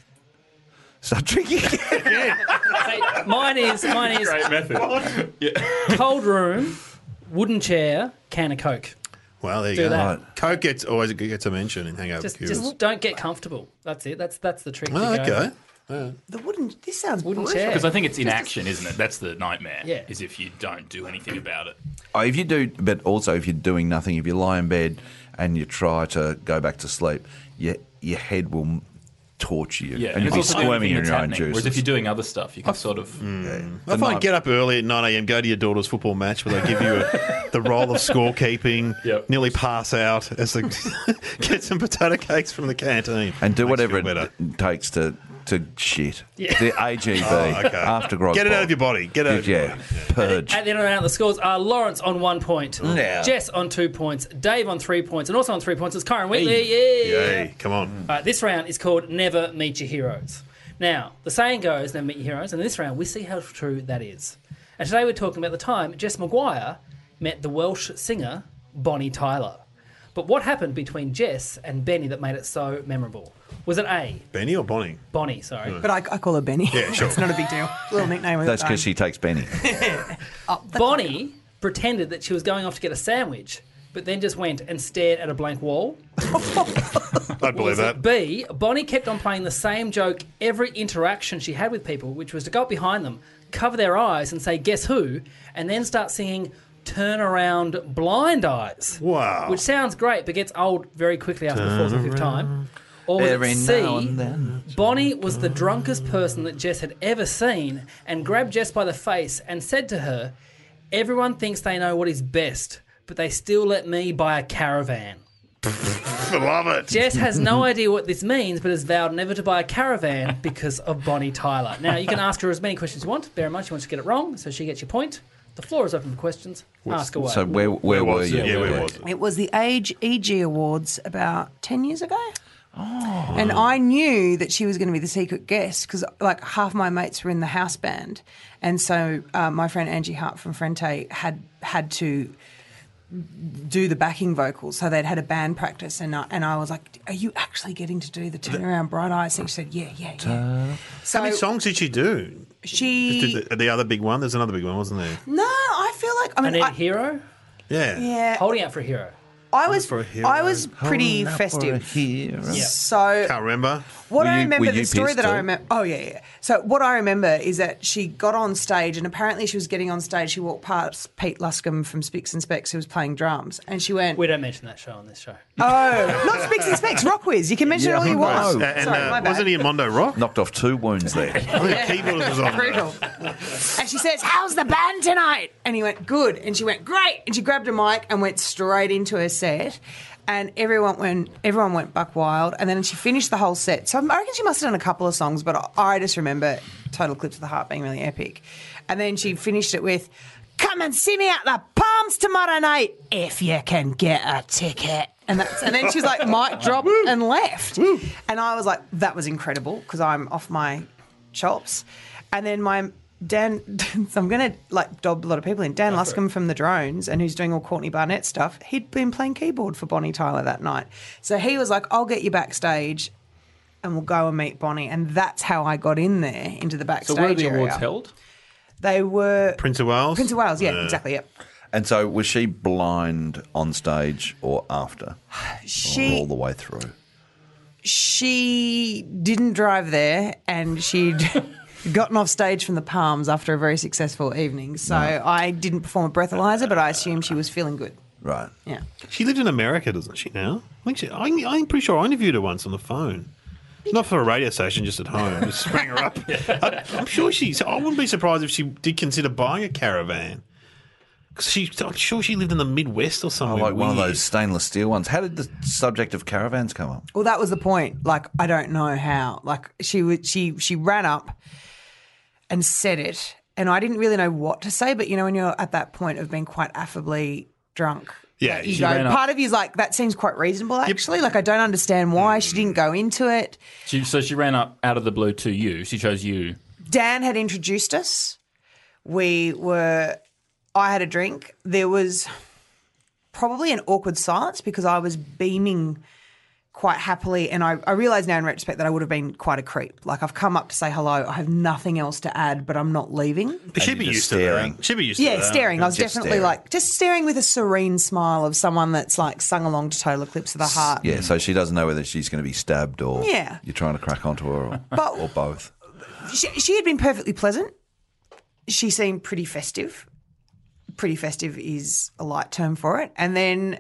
[SPEAKER 4] Start drinking.
[SPEAKER 3] Hey, mine is mine is
[SPEAKER 6] (laughs)
[SPEAKER 7] Great method.
[SPEAKER 3] cold room, wooden chair, can of coke.
[SPEAKER 6] Well, there you
[SPEAKER 3] Do
[SPEAKER 6] go.
[SPEAKER 3] that.
[SPEAKER 4] Right.
[SPEAKER 6] Coke gets always gets a mention in Hangover
[SPEAKER 3] Just
[SPEAKER 6] Cures.
[SPEAKER 3] just don't get comfortable. That's it. That's that's the trick. to
[SPEAKER 6] oh,
[SPEAKER 3] go.
[SPEAKER 6] okay.
[SPEAKER 5] The wooden. This sounds
[SPEAKER 3] Wooden
[SPEAKER 5] brutal.
[SPEAKER 3] chair.
[SPEAKER 7] Because I think it's inaction, isn't it? That's the nightmare.
[SPEAKER 3] Yeah.
[SPEAKER 7] Is if you don't do anything about it.
[SPEAKER 4] Oh, if you do, but also if you're doing nothing, if you lie in bed and you try to go back to sleep, your your head will m- torture you,
[SPEAKER 7] Yeah.
[SPEAKER 4] and you'll be
[SPEAKER 7] also the only
[SPEAKER 4] squirming in
[SPEAKER 7] thing that's
[SPEAKER 4] your own
[SPEAKER 7] happening. Whereas if
[SPEAKER 4] juices. Hmm.
[SPEAKER 7] you're doing other stuff, you can sort of.
[SPEAKER 6] I find get up early at 9 a.m., go to your daughter's football match where they give you a, the role of scorekeeping,
[SPEAKER 7] Yep.
[SPEAKER 6] nearly pass out as they (laughs) get some potato cakes from the canteen.
[SPEAKER 4] and do
[SPEAKER 6] Makes
[SPEAKER 4] whatever
[SPEAKER 6] you feel
[SPEAKER 4] it
[SPEAKER 6] better.
[SPEAKER 4] takes to to shit. The AGB after grog.
[SPEAKER 6] Oh, Get it out
[SPEAKER 4] pop.
[SPEAKER 6] of your body. Get it out of your
[SPEAKER 4] Yeah,
[SPEAKER 6] body.
[SPEAKER 4] purge.
[SPEAKER 3] At the end of the round, the scores are Lawrence on one point,
[SPEAKER 4] Yeah.
[SPEAKER 3] Jess on two points, Dave on three points, and also on three points is Kyron Wheatley. Yeah.
[SPEAKER 6] Yay, come on.
[SPEAKER 3] All right, this round is called Never Meet Your Heroes. Now, the saying goes, Never Meet Your Heroes, and in this round we see how true that is. And today we're talking about the time Jess Maguire met the Welsh singer Bonnie Tyler. But what happened between Jess and Benny that made it so memorable? Was it A,
[SPEAKER 6] Benny or Bonnie?
[SPEAKER 3] Bonnie, sorry,
[SPEAKER 5] But I, I call her Benny. (laughs) Yeah,
[SPEAKER 6] sure.
[SPEAKER 5] it's not a big deal. Little nickname. with
[SPEAKER 4] That's
[SPEAKER 5] it,
[SPEAKER 4] because she takes
[SPEAKER 7] (laughs)
[SPEAKER 4] Benny.
[SPEAKER 3] Bonnie pretended that she was going off to get a sandwich, but then just went and stared at a blank wall?
[SPEAKER 6] I'd believe that.
[SPEAKER 3] B, Bonnie kept on playing the same joke every interaction she had with people, which was to go up behind them, cover their eyes, and say, Guess who? And then start singing Turn Around Blind Eyes.
[SPEAKER 6] Wow.
[SPEAKER 3] Which sounds great, but gets old very quickly after the fourth or fifth time. Or was
[SPEAKER 4] Every
[SPEAKER 3] it
[SPEAKER 4] now
[SPEAKER 3] C,
[SPEAKER 4] and then.
[SPEAKER 3] Bonnie was the drunkest person that Jess had ever seen and grabbed Jess by the face and said to her, Everyone thinks they know what is best, but they still let me buy a caravan.
[SPEAKER 6] I love it.
[SPEAKER 3] Jess has no idea what this means, but has vowed never to buy a caravan because of Bonnie Tyler. Now, you can ask her as many questions you want. Bear in mind, she wants to get it wrong, so she gets your point. The floor is open for questions. ask away.
[SPEAKER 4] So where where, were you?
[SPEAKER 6] it? Yeah, where was it?
[SPEAKER 5] It? was the Age EG Awards about ten years ago. Oh. And I knew that she was going to be the secret guest because like half my mates were in the house band, and so uh, my friend Angie Hart from Frente had had to do the backing vocals. So they'd had a band practice, and I, and I was like, "Are you actually getting to do the turnaround bright eyes?" And she said, "Yeah, yeah, yeah." So
[SPEAKER 6] How many songs did she do?
[SPEAKER 5] she
[SPEAKER 6] Did the, the other big one? There's another big one, wasn't there?
[SPEAKER 5] no, I feel like
[SPEAKER 3] I
[SPEAKER 5] I mean,
[SPEAKER 3] need a
[SPEAKER 5] I,
[SPEAKER 3] hero.
[SPEAKER 6] Yeah.
[SPEAKER 5] yeah,
[SPEAKER 3] Holding out for a hero.
[SPEAKER 5] I was
[SPEAKER 6] for a hero.
[SPEAKER 5] I was pretty
[SPEAKER 4] Up or
[SPEAKER 5] festive.
[SPEAKER 4] here.
[SPEAKER 5] So
[SPEAKER 6] Can't remember.
[SPEAKER 5] what
[SPEAKER 4] Were
[SPEAKER 5] I
[SPEAKER 4] you-
[SPEAKER 5] remember,
[SPEAKER 4] were
[SPEAKER 5] the
[SPEAKER 4] you
[SPEAKER 5] story
[SPEAKER 4] pissed
[SPEAKER 5] that I
[SPEAKER 4] too?
[SPEAKER 5] remember. Oh yeah, yeah. So what I remember is that she got on stage, and apparently she was getting on stage. She walked past Pete Luscombe from Spicks and Specks, who was playing drums, and she went,
[SPEAKER 3] We don't mention that show on this show.
[SPEAKER 4] Uh,
[SPEAKER 5] "Oh, not Spicks and Specks, Rockwiz. You can mention
[SPEAKER 4] Yeah,
[SPEAKER 5] all you
[SPEAKER 4] I
[SPEAKER 5] want."
[SPEAKER 4] know.
[SPEAKER 6] Uh, and
[SPEAKER 5] Sorry, my
[SPEAKER 6] uh,
[SPEAKER 5] bad.
[SPEAKER 6] wasn't he in Mondo
[SPEAKER 5] (laughs)
[SPEAKER 6] Rock?
[SPEAKER 4] Knocked off two wounds there.
[SPEAKER 6] I
[SPEAKER 7] (laughs)
[SPEAKER 6] think the keyboardist was on. there.
[SPEAKER 5] Brutal. And she says, How's the band tonight? And he went, Good. And she went, Great. And she grabbed a mic and went straight into her set. And everyone went, everyone went buck wild. And then she finished the whole set. So I reckon she must have done a couple of songs, but I- I just remember Total Eclipse of the Heart being really epic. And then she finished it with, Come and see me at the Palms tomorrow night if you can get a ticket. And, that's, and then she was like, mic drop and left. And I was like, that was incredible because I'm off my chops. And then my Dan, (laughs) so I'm going to like dob a lot of people in. Dan Luscombe from the Drones and who's doing all Courtney Barnett stuff, he'd been playing keyboard for Bonnie Tyler that night. So he was like, I'll get you backstage and we'll go and meet Bonnie. And that's how I got in there into the
[SPEAKER 7] So
[SPEAKER 5] backstage
[SPEAKER 7] where are the
[SPEAKER 5] area.
[SPEAKER 7] awards held?
[SPEAKER 5] They were
[SPEAKER 6] Prince of Wales.
[SPEAKER 5] Prince of Wales, yeah, exactly, yep.
[SPEAKER 4] and so was she blind on stage or after? or all
[SPEAKER 5] She
[SPEAKER 4] the way through.
[SPEAKER 5] she didn't drive there and she'd gotten off stage from the Palms after a very successful evening. So I didn't perform a breathalyzer, but I assume she was feeling good.
[SPEAKER 4] Right.
[SPEAKER 5] Yeah.
[SPEAKER 6] She lived in America, doesn't she? Now, I think she. I, I'm pretty sure I interviewed her once on the phone. Not for a radio station, just at home. Just rang
[SPEAKER 4] (laughs)
[SPEAKER 6] her up. I, I'm sure she's. I wouldn't be surprised if she did consider buying a caravan. Because she, I'm sure she lived in the Midwest or
[SPEAKER 4] Oh,
[SPEAKER 6] somewhere.
[SPEAKER 4] like one of
[SPEAKER 6] weird.
[SPEAKER 4] those stainless steel ones. How did the subject of caravans come up?
[SPEAKER 5] Well, that was the point. Like, I don't know how. Like, she would, she she ran up and said it, and I didn't really know what to say. But you know, when you're at that point of being quite affably drunk,
[SPEAKER 6] Yeah,
[SPEAKER 5] like, you
[SPEAKER 6] she
[SPEAKER 5] go,
[SPEAKER 7] ran up-
[SPEAKER 5] part of you's like, that seems quite reasonable, actually. Like, I don't understand why she didn't go into it.
[SPEAKER 7] She, so she ran up out of the blue to you. She chose you
[SPEAKER 5] Dan had introduced us. We were, I had a drink. There was probably an awkward silence because I was beaming quite happily. And I, I realize now in retrospect that I would have been quite a creep. Like I've come up to say hello. I have nothing else to add, but I'm not leaving.
[SPEAKER 6] She'd be
[SPEAKER 4] you're just
[SPEAKER 6] used to
[SPEAKER 4] staring.
[SPEAKER 6] that. She'd be used to
[SPEAKER 5] Yeah,
[SPEAKER 6] that.
[SPEAKER 5] staring. I was
[SPEAKER 4] Just
[SPEAKER 5] definitely
[SPEAKER 4] staring.
[SPEAKER 5] like just staring with a serene smile of someone that's like sung along to Total Eclipse of the Heart.
[SPEAKER 4] Yeah, so she doesn't know whether she's going to be stabbed or
[SPEAKER 5] Yeah.
[SPEAKER 4] you're trying to crack onto her or,
[SPEAKER 5] But-
[SPEAKER 4] or both.
[SPEAKER 5] she, she had been perfectly pleasant. She seemed pretty festive. Pretty festive is a light term for it. And then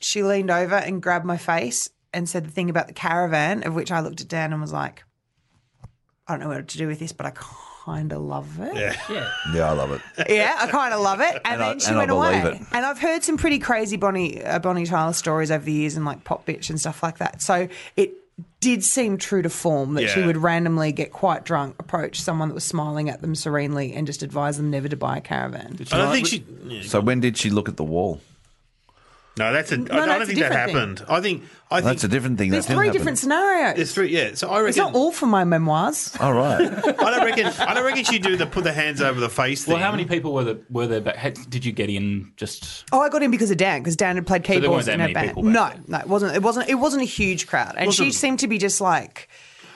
[SPEAKER 5] she leaned over and grabbed my face and said the thing about the caravan, of which I looked at Dan and was like, I don't know what to do with this, but I kind of love it. Yeah,
[SPEAKER 4] Yeah, I love it.
[SPEAKER 5] I kind of love it. And,
[SPEAKER 4] I-
[SPEAKER 5] then she
[SPEAKER 4] and I
[SPEAKER 5] went away.
[SPEAKER 4] believe it.
[SPEAKER 5] And I've heard some pretty crazy Bonnie uh, Bonnie Tyler stories over the years and like pop bitch and stuff like that. So it did seem true to form that she
[SPEAKER 6] Yeah.
[SPEAKER 5] would randomly get quite drunk, approach someone that was smiling at them serenely, and just advise them never to buy a caravan.
[SPEAKER 6] I don't think she. yeah.
[SPEAKER 4] So when did she look at the wall?
[SPEAKER 6] No, that's a. I don't
[SPEAKER 5] that's a
[SPEAKER 6] think that
[SPEAKER 5] different thing.
[SPEAKER 6] happened. I think. I think
[SPEAKER 4] That's a different thing.
[SPEAKER 5] There's
[SPEAKER 4] that
[SPEAKER 5] three
[SPEAKER 4] didn't
[SPEAKER 5] different
[SPEAKER 4] happen.
[SPEAKER 5] scenarios.
[SPEAKER 6] It's three. Yeah. So I
[SPEAKER 5] It's
[SPEAKER 6] reckon.
[SPEAKER 5] not all for my memoirs.
[SPEAKER 4] All Oh, right.
[SPEAKER 6] I
[SPEAKER 5] (laughs)
[SPEAKER 6] don't reckon. I don't reckon she do the put the hands over the face thing.
[SPEAKER 7] Well, how many people were there? Were there? Back, had, did you get in? Just
[SPEAKER 5] Oh, I got in because of Dan, because Dan had played
[SPEAKER 7] there
[SPEAKER 5] keyboards
[SPEAKER 7] weren't that
[SPEAKER 5] in her
[SPEAKER 7] many
[SPEAKER 5] band.
[SPEAKER 7] people back
[SPEAKER 5] No,
[SPEAKER 7] then?
[SPEAKER 5] no, it wasn't. It wasn't. It wasn't a huge crowd, and she
[SPEAKER 6] Wasn't-
[SPEAKER 5] seemed to be just like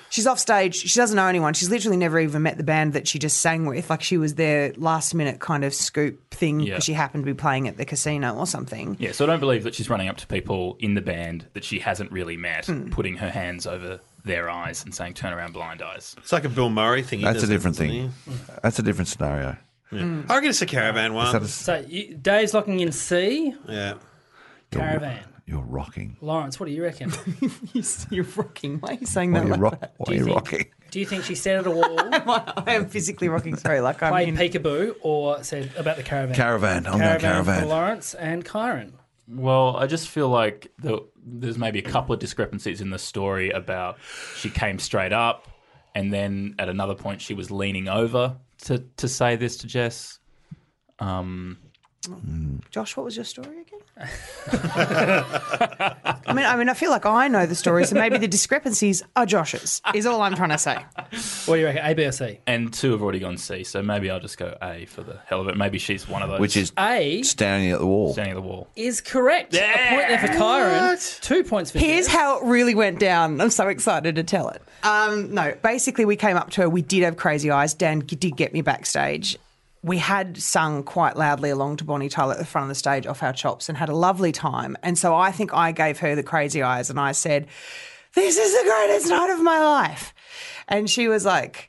[SPEAKER 5] she's off stage. She doesn't know anyone. She's literally never even met the band that she just sang with. Like she was their last minute kind of scoop thing
[SPEAKER 7] Yeah.
[SPEAKER 5] because she happened to be playing at the casino or something.
[SPEAKER 7] yeah. So I don't believe that she's running up to people in the band that she hasn't really met, putting her hands over their eyes and saying, "Turn around, blind eyes."
[SPEAKER 6] It's like a Bill Murray thing. he
[SPEAKER 4] That's
[SPEAKER 6] does
[SPEAKER 4] a different
[SPEAKER 6] doesn't
[SPEAKER 4] thing. That's a different scenario.
[SPEAKER 6] he? I reckon it's a caravan one.
[SPEAKER 4] That is,
[SPEAKER 3] So you, Dave's locking in C
[SPEAKER 6] yeah.
[SPEAKER 3] caravan.
[SPEAKER 4] you're rocking.
[SPEAKER 3] Lawrence, what do you
[SPEAKER 4] (laughs)
[SPEAKER 3] reckon?
[SPEAKER 5] (laughs) You're rocking. Why are you saying
[SPEAKER 4] Why
[SPEAKER 5] that?
[SPEAKER 4] are you,
[SPEAKER 5] Like
[SPEAKER 4] rock, why are you
[SPEAKER 3] think-
[SPEAKER 4] rocking?
[SPEAKER 3] Do you think she stared at a wall,
[SPEAKER 4] (laughs)
[SPEAKER 5] that? I am physically rocking. Sorry, like I
[SPEAKER 3] played
[SPEAKER 5] mean,
[SPEAKER 3] peekaboo, or said about the caravan?
[SPEAKER 4] Caravan. I'm going
[SPEAKER 3] caravan,
[SPEAKER 4] caravan.
[SPEAKER 3] for Lawrence and Kyron.
[SPEAKER 7] Well, I just feel like the, there's maybe a couple of discrepancies in the story about she came straight up, and then at another point she was leaning over to to say this to Jess. Um,
[SPEAKER 5] Josh, what was your story again?
[SPEAKER 7] (laughs)
[SPEAKER 5] I mean, I mean, I feel like I know the story, so maybe the discrepancies are Josh's. Is all I'm trying to say.
[SPEAKER 3] What do you reckon? A, B, or C?
[SPEAKER 7] and two have already gone C, so maybe I'll just go A for the hell of it. Maybe she's one of those
[SPEAKER 4] Which is
[SPEAKER 3] A
[SPEAKER 4] standing at the wall.
[SPEAKER 7] standing at the wall.
[SPEAKER 3] is correct. A point there for Kyron. Two points for
[SPEAKER 5] Here's
[SPEAKER 3] Jeff.
[SPEAKER 5] how it really went down. I'm so excited to tell it. Um, no, basically, we came up to her. We did have crazy eyes. Dan g- did get me backstage. We had sung quite loudly along to Bonnie Tyler at the front of the stage off our chops and had a lovely time. And so I think I gave her the crazy eyes and I said, This is the greatest night of my life. And she was like,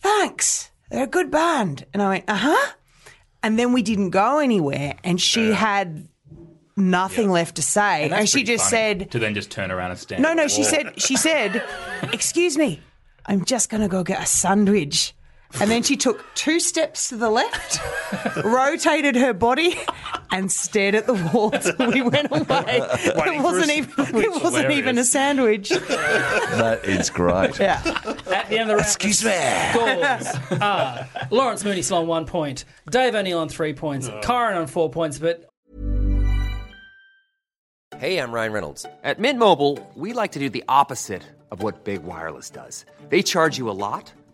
[SPEAKER 5] Thanks. They're a good band. And I went, Uh huh. And then we didn't go anywhere. And she had nothing left to say. And,
[SPEAKER 7] That's
[SPEAKER 5] she
[SPEAKER 7] pretty
[SPEAKER 5] just
[SPEAKER 7] funny,
[SPEAKER 5] said,
[SPEAKER 7] to then just turn around and stand.
[SPEAKER 5] no,
[SPEAKER 7] at
[SPEAKER 5] no,
[SPEAKER 7] the
[SPEAKER 5] she
[SPEAKER 7] wall.
[SPEAKER 5] said, she said, excuse me, I'm just going to go get a sandwich. And then she took two steps to the left, rotated her body, and stared at the wall till we went away.
[SPEAKER 6] Waiting
[SPEAKER 5] It
[SPEAKER 6] for
[SPEAKER 5] wasn't
[SPEAKER 6] us.
[SPEAKER 5] even, it wasn't even a sandwich.
[SPEAKER 4] That is great.
[SPEAKER 5] (laughs) Yeah.
[SPEAKER 3] At the end of the round,
[SPEAKER 4] Excuse me.
[SPEAKER 3] scores are Lawrence Mooney still on one point, Dave O'Neill on three points, Kyron on four points, but
[SPEAKER 8] Hey, I'm Ryan Reynolds. At Mint Mobile, we like to do the opposite of what Big Wireless does. They charge you a lot,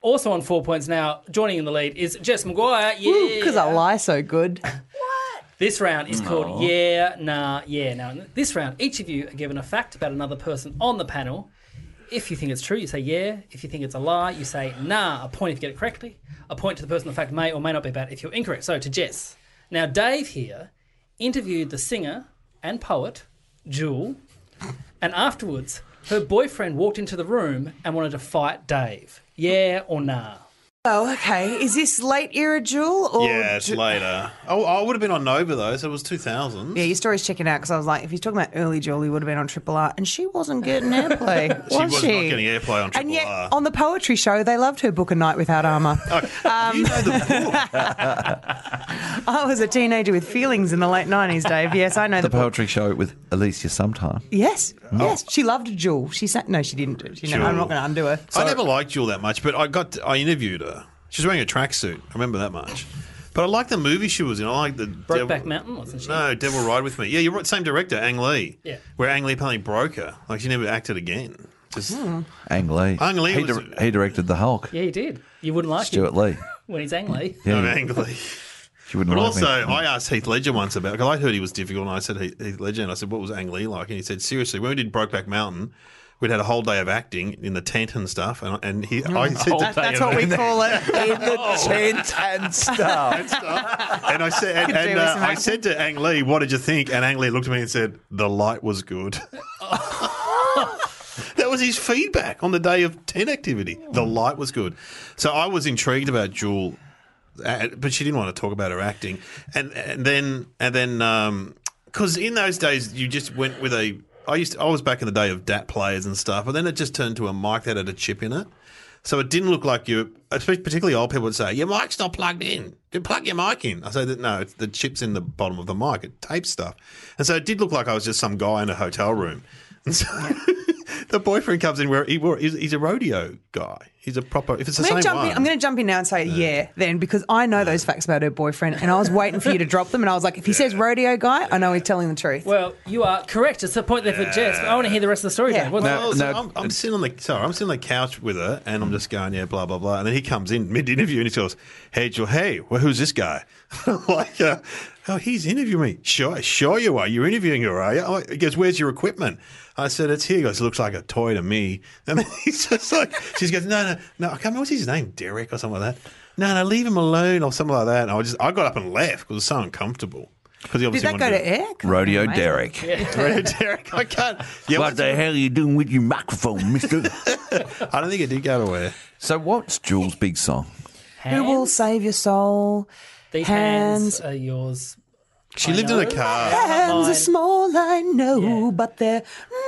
[SPEAKER 3] also on four points now, joining in the lead is Jess McGuire. Yeah.
[SPEAKER 5] Because I lie so good.
[SPEAKER 3] This round is called Yeah, Nah, Yeah. Now, in this round, each of you are given a fact about another person on the panel. If you think it's true, you say yeah. If you think it's a lie, you say nah. A point if you get it correctly. A point to the person the fact may or may not be about if you're incorrect. So to Jess. Now, Dave here interviewed the singer and poet, Jewel, and afterwards, her boyfriend walked into the room and wanted to fight Dave. Yeah or nah?
[SPEAKER 5] Oh, okay. Is this late era Jewel? Or
[SPEAKER 6] Yeah, it's
[SPEAKER 5] Ju-
[SPEAKER 6] later. (sighs) Oh, I would have been on Nova though, so it was two thousand.
[SPEAKER 5] Yeah, your story's checking out because I was like, if he's talking about early Jewel, he would have been on Triple R, and she wasn't getting airplay.
[SPEAKER 6] (laughs) She
[SPEAKER 5] was
[SPEAKER 6] was
[SPEAKER 5] she?
[SPEAKER 6] not getting airplay on Triple
[SPEAKER 5] And yet,
[SPEAKER 6] R. Oh.
[SPEAKER 5] on the (laughs) poetry show, they loved her book A Night Without Armour.
[SPEAKER 6] you know the book.
[SPEAKER 5] I was a teenager with feelings in the late 90s, Dave. Yes, I know
[SPEAKER 4] The
[SPEAKER 5] the, book.
[SPEAKER 4] poetry Oh. show with Alicia sometime.
[SPEAKER 5] Yes, yes. She loved Jewel. She said, no, she didn't. She, no, I'm not going to undo her.
[SPEAKER 6] I never liked Jewel that much, but I got I interviewed her. She was wearing a tracksuit. I remember that much. But I liked the movie she was in. I liked the Devil-
[SPEAKER 3] Brokeback Mountain, wasn't she?
[SPEAKER 6] No, Devil Ride with Me. Yeah, you're right. Same director, Ang Lee.
[SPEAKER 3] Yeah.
[SPEAKER 6] Where Ang Lee apparently broke her. Like she never acted again. Just
[SPEAKER 5] Hmm.
[SPEAKER 4] Ang Lee.
[SPEAKER 6] Ang Lee
[SPEAKER 4] He,
[SPEAKER 6] was-
[SPEAKER 4] he directed The Hulk.
[SPEAKER 3] Yeah, you did. You wouldn't like
[SPEAKER 4] Stuart
[SPEAKER 3] him
[SPEAKER 4] Lee.
[SPEAKER 3] when he's angry.
[SPEAKER 4] Yeah.
[SPEAKER 6] not Ang Lee.
[SPEAKER 4] She wouldn't
[SPEAKER 6] But
[SPEAKER 4] like
[SPEAKER 6] also,
[SPEAKER 4] me.
[SPEAKER 6] I
[SPEAKER 4] (laughs)
[SPEAKER 6] asked Heath Ledger once about because I heard he was difficult, and I said Heath Heath Ledger, and I said, "What was Ang Lee like?" And he said, "Seriously, when we did Brokeback Mountain, we'd had a whole day of acting in the tent and stuff." And, and he, I said,
[SPEAKER 7] whole
[SPEAKER 6] that-
[SPEAKER 7] day
[SPEAKER 5] That's
[SPEAKER 7] of
[SPEAKER 5] what we call it.
[SPEAKER 4] in the tent and stuff.
[SPEAKER 6] and I said,
[SPEAKER 5] (laughs)
[SPEAKER 6] and,
[SPEAKER 5] Could do
[SPEAKER 6] and,
[SPEAKER 5] with
[SPEAKER 6] uh,
[SPEAKER 5] some
[SPEAKER 6] I
[SPEAKER 5] acting.
[SPEAKER 6] said to Ang Lee, "What did you think?" And Ang Lee looked at me and said, "The light was good." (laughs) that was his feedback on the day of tent activity. The light was good. So I was intrigued about Jewel, uh, but she didn't want to talk about her acting. And and then and then because in those days you just went with a. I used to, I was back in the day of DAT players and stuff, but then it just turned to a mic that had a chip in it. So it didn't look like you, especially particularly old people would say, your mic's not plugged in. You plug your mic in. I say that no, it's the chip's in the bottom of the mic. It tapes stuff. And so it did look like I was just some guy in a hotel room. (laughs) And so (laughs) the boyfriend comes in where he, wore- he's, he's a rodeo guy. He's a proper, if it's the
[SPEAKER 5] I'm going to
[SPEAKER 6] same
[SPEAKER 5] jump
[SPEAKER 6] one.
[SPEAKER 5] in. I'm going to jump in now and say yeah, then because I know those facts about her boyfriend, and I was waiting for you to drop them. And I was like, if he says rodeo guy, I know he's telling the truth.
[SPEAKER 3] Well, you are correct. It's the point there for Jess, but I want to hear the rest of the story,
[SPEAKER 5] Yeah.
[SPEAKER 3] Dave. What's
[SPEAKER 4] No.
[SPEAKER 6] Well, Oh, so I'm, I'm sitting on the sorry, I'm sitting on the couch with her, and
[SPEAKER 5] Mm.
[SPEAKER 6] I'm just going, yeah, blah blah blah. And then he comes in mid interview and he goes, "Hey, Joel, hey, well, who's this guy?" (laughs) I'm like, uh, "Oh, he's interviewing me. Sure, sure you are. You're interviewing her, are you?" I'm like- he goes, "Where's your equipment?" I said, "It's here." He goes, "Looks like a toy to me." (laughs) And then he's just like, she goes, "No, no, no. I can't remember what's his name, Derek or something like that." No, no, leave him alone or something like that. And I was just, I got up and left because it was so uncomfortable. Because he
[SPEAKER 5] Did
[SPEAKER 6] obviously
[SPEAKER 5] that go
[SPEAKER 6] wanted
[SPEAKER 5] to air? Come
[SPEAKER 4] Rodeo
[SPEAKER 5] on, mate.
[SPEAKER 4] Derek.
[SPEAKER 6] (laughs) Derek, I can't. Yeah,
[SPEAKER 4] What the hell are you doing with your microphone, mister?
[SPEAKER 6] I don't think it did go to air.
[SPEAKER 4] (laughs) so, what's Jules' big song?
[SPEAKER 5] Who will save your soul?
[SPEAKER 3] These hands,
[SPEAKER 5] hands.
[SPEAKER 3] are yours.
[SPEAKER 6] She lived in a car.
[SPEAKER 5] Hands are small, I know,
[SPEAKER 3] Yeah.
[SPEAKER 5] but they're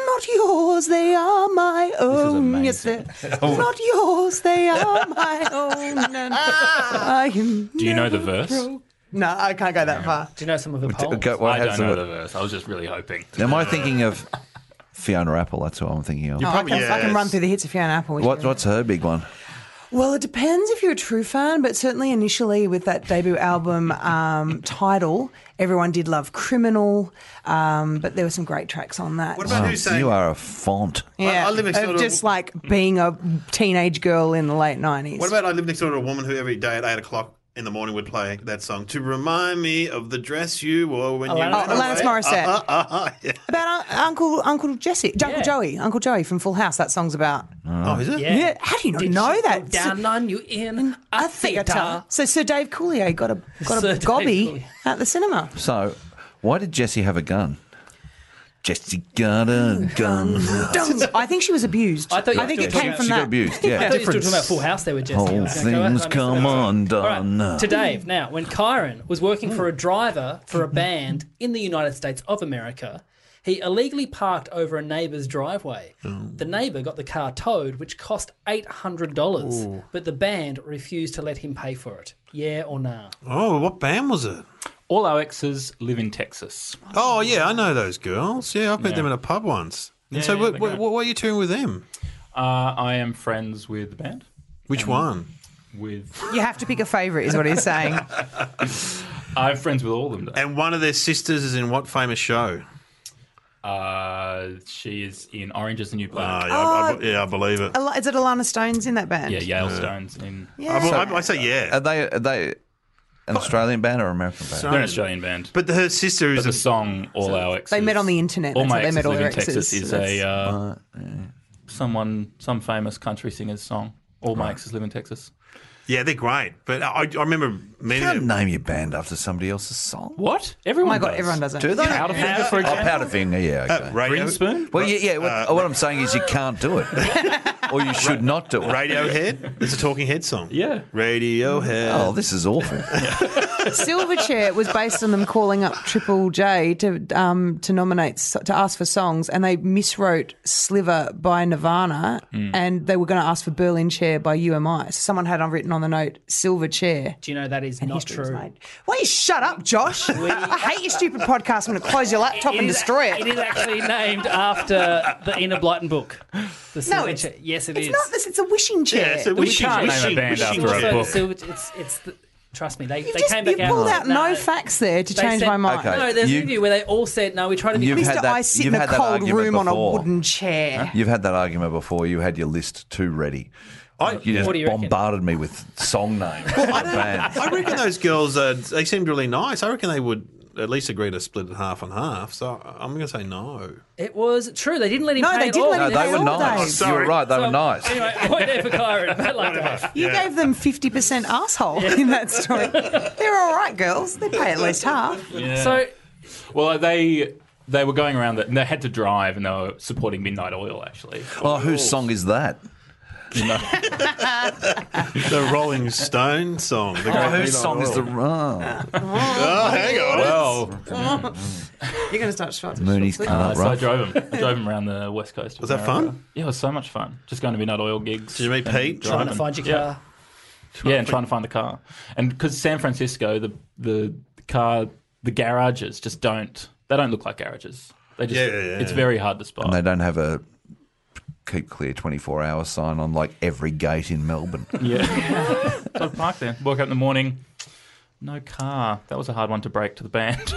[SPEAKER 5] not yours. They are my own. Yes, they're not yours. They are my own. And I am.
[SPEAKER 7] Do you know the verse?
[SPEAKER 5] No, I can't go that far.
[SPEAKER 3] Do you know some of her poems?
[SPEAKER 4] Go- what
[SPEAKER 7] I
[SPEAKER 4] has
[SPEAKER 7] don't know
[SPEAKER 4] it-
[SPEAKER 7] the verse. I was just really hoping.
[SPEAKER 4] Am I thinking of Fiona Apple? That's what I'm thinking of.
[SPEAKER 5] Oh, I,
[SPEAKER 6] Probably,
[SPEAKER 5] can, I can
[SPEAKER 6] yes.
[SPEAKER 5] run through the hits of Fiona Apple.
[SPEAKER 4] What, what's her big one?
[SPEAKER 5] Well, it depends if you're a true fan, but certainly initially with that debut album um, title, everyone did love Criminal, um, but there were some great tracks on that.
[SPEAKER 6] What about
[SPEAKER 4] Oh,
[SPEAKER 6] who's saying?
[SPEAKER 4] you are a font.
[SPEAKER 5] yeah,
[SPEAKER 6] I live next
[SPEAKER 5] of
[SPEAKER 6] door to-
[SPEAKER 5] just like being a teenage girl in the late 90s.
[SPEAKER 6] What about I live next door to a woman who every day at eight o'clock in the morning would play that song to remind me of the dress you wore when you.
[SPEAKER 3] Alanis-
[SPEAKER 6] went
[SPEAKER 3] Oh,
[SPEAKER 5] Alanis
[SPEAKER 6] away."
[SPEAKER 5] Morissette.
[SPEAKER 6] Uh, uh, uh, (laughs) yeah.
[SPEAKER 5] About un- Uncle Uncle Jesse, Uncle
[SPEAKER 3] Yeah.
[SPEAKER 5] Joey, Uncle Joey from Full House. That song's about.
[SPEAKER 6] Oh, is it?
[SPEAKER 3] Yeah.
[SPEAKER 5] Yeah, how do you not
[SPEAKER 3] Did
[SPEAKER 5] know
[SPEAKER 3] she
[SPEAKER 5] that?
[SPEAKER 3] go Down on you in a theatre.
[SPEAKER 5] So Sir Dave Coulier got a
[SPEAKER 3] (laughs)
[SPEAKER 5] got
[SPEAKER 3] Sir
[SPEAKER 5] a
[SPEAKER 3] Dave
[SPEAKER 5] gobby
[SPEAKER 3] Coulier.
[SPEAKER 5] at the cinema.
[SPEAKER 4] So, why did Jesse have a gun? Jesse got a (laughs) gun.
[SPEAKER 5] I think she was abused.
[SPEAKER 3] I thought you were
[SPEAKER 5] think
[SPEAKER 3] doing
[SPEAKER 5] it came
[SPEAKER 3] something
[SPEAKER 5] from
[SPEAKER 4] she got
[SPEAKER 5] that.
[SPEAKER 4] abused.
[SPEAKER 3] I
[SPEAKER 4] Yeah.
[SPEAKER 3] thought you were talking about Full House there with Jesse.
[SPEAKER 4] Whole
[SPEAKER 3] Okay, I
[SPEAKER 4] things
[SPEAKER 3] missed
[SPEAKER 4] come
[SPEAKER 3] that.
[SPEAKER 4] undone. Hmm.
[SPEAKER 3] All right, to Dave now. When Kyron was working for a driver for
[SPEAKER 4] (laughs)
[SPEAKER 3] a band in the United States of America, he illegally parked over a neighbour's driveway.
[SPEAKER 4] Oh.
[SPEAKER 3] The neighbour got the car towed, which cost eight hundred dollars, but the band refused to let him pay for it. Yeah or nah?
[SPEAKER 6] Oh, what band was it?
[SPEAKER 7] All our exes live in Texas.
[SPEAKER 6] Oh, yeah, I know those girls. Yeah, I met them in a pub once. And so,
[SPEAKER 7] yeah,
[SPEAKER 6] what,
[SPEAKER 7] they're
[SPEAKER 6] what,
[SPEAKER 7] great.
[SPEAKER 6] what, are you doing with them?
[SPEAKER 7] Uh, I am friends with the band.
[SPEAKER 6] Which
[SPEAKER 7] Um,
[SPEAKER 6] one?
[SPEAKER 7] With
[SPEAKER 5] (laughs) You have to pick a favourite, is what
[SPEAKER 4] (laughs)
[SPEAKER 5] he's saying.
[SPEAKER 7] I'm friends with all of them. Though.
[SPEAKER 6] And one of their sisters is in what famous show?
[SPEAKER 7] Uh, she is in Orange Is the New
[SPEAKER 6] Uh,
[SPEAKER 7] Black.
[SPEAKER 6] yeah, I,
[SPEAKER 5] Oh,
[SPEAKER 6] I, yeah, I believe it.
[SPEAKER 5] Al- Is it Alana Stone's in that band?
[SPEAKER 7] yeah, Yale Stones in.
[SPEAKER 6] I, I- I say yeah.
[SPEAKER 4] Are they, are they an Australian band or American band?
[SPEAKER 7] They're an Australian band.
[SPEAKER 6] But her sister
[SPEAKER 7] But the
[SPEAKER 6] is.
[SPEAKER 7] song "All Our Exes."
[SPEAKER 5] they met on the internet,
[SPEAKER 7] All
[SPEAKER 5] that's
[SPEAKER 7] my
[SPEAKER 5] how they
[SPEAKER 7] exes
[SPEAKER 5] met all
[SPEAKER 7] live
[SPEAKER 5] their
[SPEAKER 7] in Texas
[SPEAKER 5] exes,
[SPEAKER 7] is
[SPEAKER 5] so
[SPEAKER 7] a uh, someone, some famous country singer's song. All my exes live in Texas.
[SPEAKER 6] Yeah, they're great. But I, I remember
[SPEAKER 4] You
[SPEAKER 6] meeting
[SPEAKER 4] can't
[SPEAKER 6] them.
[SPEAKER 4] name your band after somebody else's song.
[SPEAKER 7] What?
[SPEAKER 5] Oh
[SPEAKER 7] Everyone.
[SPEAKER 5] my god, everyone does it.
[SPEAKER 4] Do they?
[SPEAKER 7] Powder Finger, for
[SPEAKER 4] Oh,
[SPEAKER 7] example.
[SPEAKER 4] Powderfinger, yeah. Okay.
[SPEAKER 6] Radio-
[SPEAKER 7] Greenspoon.
[SPEAKER 4] Well, yeah, yeah. What, what I'm saying is you can't do it, or you should not do it.
[SPEAKER 6] Radiohead. It's a Talking Head song.
[SPEAKER 7] Yeah.
[SPEAKER 6] Radiohead.
[SPEAKER 4] Oh, this is awful.
[SPEAKER 5] Silverchair was based on them calling up Triple J to um, to nominate s- to ask for songs, and they miswrote
[SPEAKER 4] Hmm.
[SPEAKER 5] Sliver by Nirvana, and they were going to ask for Berlin Chair by UMI. So someone had on written on the note silver chair.
[SPEAKER 3] Do you know that is
[SPEAKER 5] And
[SPEAKER 3] not
[SPEAKER 5] history was
[SPEAKER 3] true?
[SPEAKER 5] made. Why you shut
[SPEAKER 3] (laughs)
[SPEAKER 5] up, Josh? I hate your stupid podcast. I'm going to close your laptop
[SPEAKER 3] It
[SPEAKER 5] and
[SPEAKER 3] is-
[SPEAKER 5] destroy it.
[SPEAKER 3] It is
[SPEAKER 5] (laughs)
[SPEAKER 3] actually named after the Ina Blyton book. The Silver
[SPEAKER 5] it's-
[SPEAKER 3] Chair. Yes, it
[SPEAKER 5] It's
[SPEAKER 3] is.
[SPEAKER 5] not this. It's a wishing chair.
[SPEAKER 6] Yeah, so
[SPEAKER 7] We
[SPEAKER 6] wishing,
[SPEAKER 7] can't name a
[SPEAKER 6] wishing,
[SPEAKER 7] band
[SPEAKER 6] wishing
[SPEAKER 7] after a
[SPEAKER 6] chair.
[SPEAKER 3] So the
[SPEAKER 7] book.
[SPEAKER 3] Silver- it's, it's the, trust me, they,
[SPEAKER 5] You've
[SPEAKER 3] they
[SPEAKER 5] just
[SPEAKER 3] came
[SPEAKER 5] you
[SPEAKER 3] back out.
[SPEAKER 5] pulled out no,
[SPEAKER 3] No.
[SPEAKER 5] facts there to
[SPEAKER 3] They
[SPEAKER 5] change
[SPEAKER 3] said-
[SPEAKER 5] my mind.
[SPEAKER 4] Okay.
[SPEAKER 3] No, there's
[SPEAKER 4] You-
[SPEAKER 3] an interview where they all said, no, we try to be
[SPEAKER 4] You've
[SPEAKER 5] Mr.
[SPEAKER 4] had that-
[SPEAKER 5] I sit
[SPEAKER 4] you've
[SPEAKER 5] in a
[SPEAKER 4] had that
[SPEAKER 5] cold
[SPEAKER 4] argument
[SPEAKER 5] room on a
[SPEAKER 4] before.
[SPEAKER 5] wooden chair.
[SPEAKER 4] You've had that argument before. You had your list too ready. Oh, you just
[SPEAKER 3] What do you reckon?
[SPEAKER 4] bombarded me with song names.
[SPEAKER 6] Well, I,
[SPEAKER 4] of
[SPEAKER 6] don't,
[SPEAKER 4] bands.
[SPEAKER 6] I reckon those girls, uh, they seemed really nice. I reckon they would at least agree to split it half and half. So I'm going to say no.
[SPEAKER 3] It was true. They didn't let him
[SPEAKER 5] No,
[SPEAKER 3] pay
[SPEAKER 5] they
[SPEAKER 3] at
[SPEAKER 5] didn't
[SPEAKER 3] all.
[SPEAKER 5] let
[SPEAKER 4] No,
[SPEAKER 5] him
[SPEAKER 4] they
[SPEAKER 5] They
[SPEAKER 4] were
[SPEAKER 5] all
[SPEAKER 4] nice.
[SPEAKER 5] days.
[SPEAKER 4] You were right. They were
[SPEAKER 3] So, (laughs)
[SPEAKER 4] nice.
[SPEAKER 3] Anyway, point there for Kyron. I like that.
[SPEAKER 5] You gave them 50% asshole in that story. They're all right, girls. They pay at least half.
[SPEAKER 3] So,
[SPEAKER 7] Well, uh, they they were going around that, and they had to drive, and they were supporting Midnight Oil actually.
[SPEAKER 4] Oh, whose song is that?
[SPEAKER 6] The Rolling Stone song. The
[SPEAKER 4] Oh,
[SPEAKER 6] Great
[SPEAKER 4] whose
[SPEAKER 6] Midnight
[SPEAKER 4] song is
[SPEAKER 6] Oil.
[SPEAKER 4] the oh,
[SPEAKER 6] Oh, hang on.
[SPEAKER 7] Well,
[SPEAKER 5] You're going to start shots.
[SPEAKER 8] Ah,
[SPEAKER 4] Mooney's
[SPEAKER 7] uh,
[SPEAKER 4] Can't
[SPEAKER 7] so I
[SPEAKER 4] Rock?
[SPEAKER 7] drove them. I
[SPEAKER 6] (laughs)
[SPEAKER 7] drove them around the west coast. of
[SPEAKER 6] Was that
[SPEAKER 7] America.
[SPEAKER 6] fun?
[SPEAKER 7] Yeah, it was so much fun. Just going to Midnight Oil gigs.
[SPEAKER 6] Did you meet
[SPEAKER 7] and
[SPEAKER 6] Pete?
[SPEAKER 3] trying to
[SPEAKER 7] driving.
[SPEAKER 3] find your
[SPEAKER 7] Yeah.
[SPEAKER 3] car.
[SPEAKER 7] yeah, and trying to find the car. And because San Francisco, the the car, the garages just don't. They don't look like garages. They just.
[SPEAKER 6] Yeah, yeah, yeah.
[SPEAKER 7] It's very hard to spot.
[SPEAKER 4] And they don't have a keep clear 24 hour sign on like every gate in Melbourne.
[SPEAKER 7] yeah. (laughs) so I parked there. Woke up in the morning. No car. That was a hard one to break to the band, (laughs)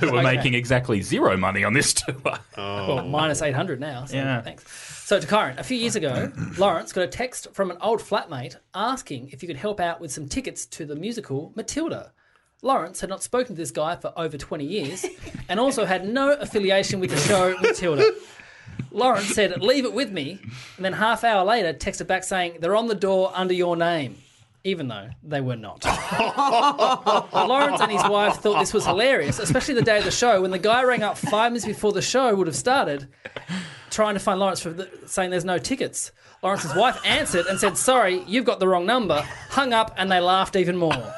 [SPEAKER 7] who were making exactly zero money on this tour.
[SPEAKER 6] Oh.
[SPEAKER 3] Well, minus 800 now. So
[SPEAKER 7] Yeah.
[SPEAKER 3] Thanks. So, to Kyron, a few years ago, Lawrence got a text from an old flatmate asking if he could help out with some tickets to the musical Matilda. Lawrence had not spoken to this guy for over 20 years and also had no affiliation with the show Matilda. Lawrence said, Leave it with me. And then half hour later, texted back saying, They're on the door under your name. Even though they were not. Lawrence and his wife thought this was hilarious, especially the day of the show when the guy rang up five minutes before the show would have started, trying to find Lawrence for the, saying there's no tickets. Lawrence's wife answered and said, "Sorry, you've got the wrong number." Hung up, and they laughed even more.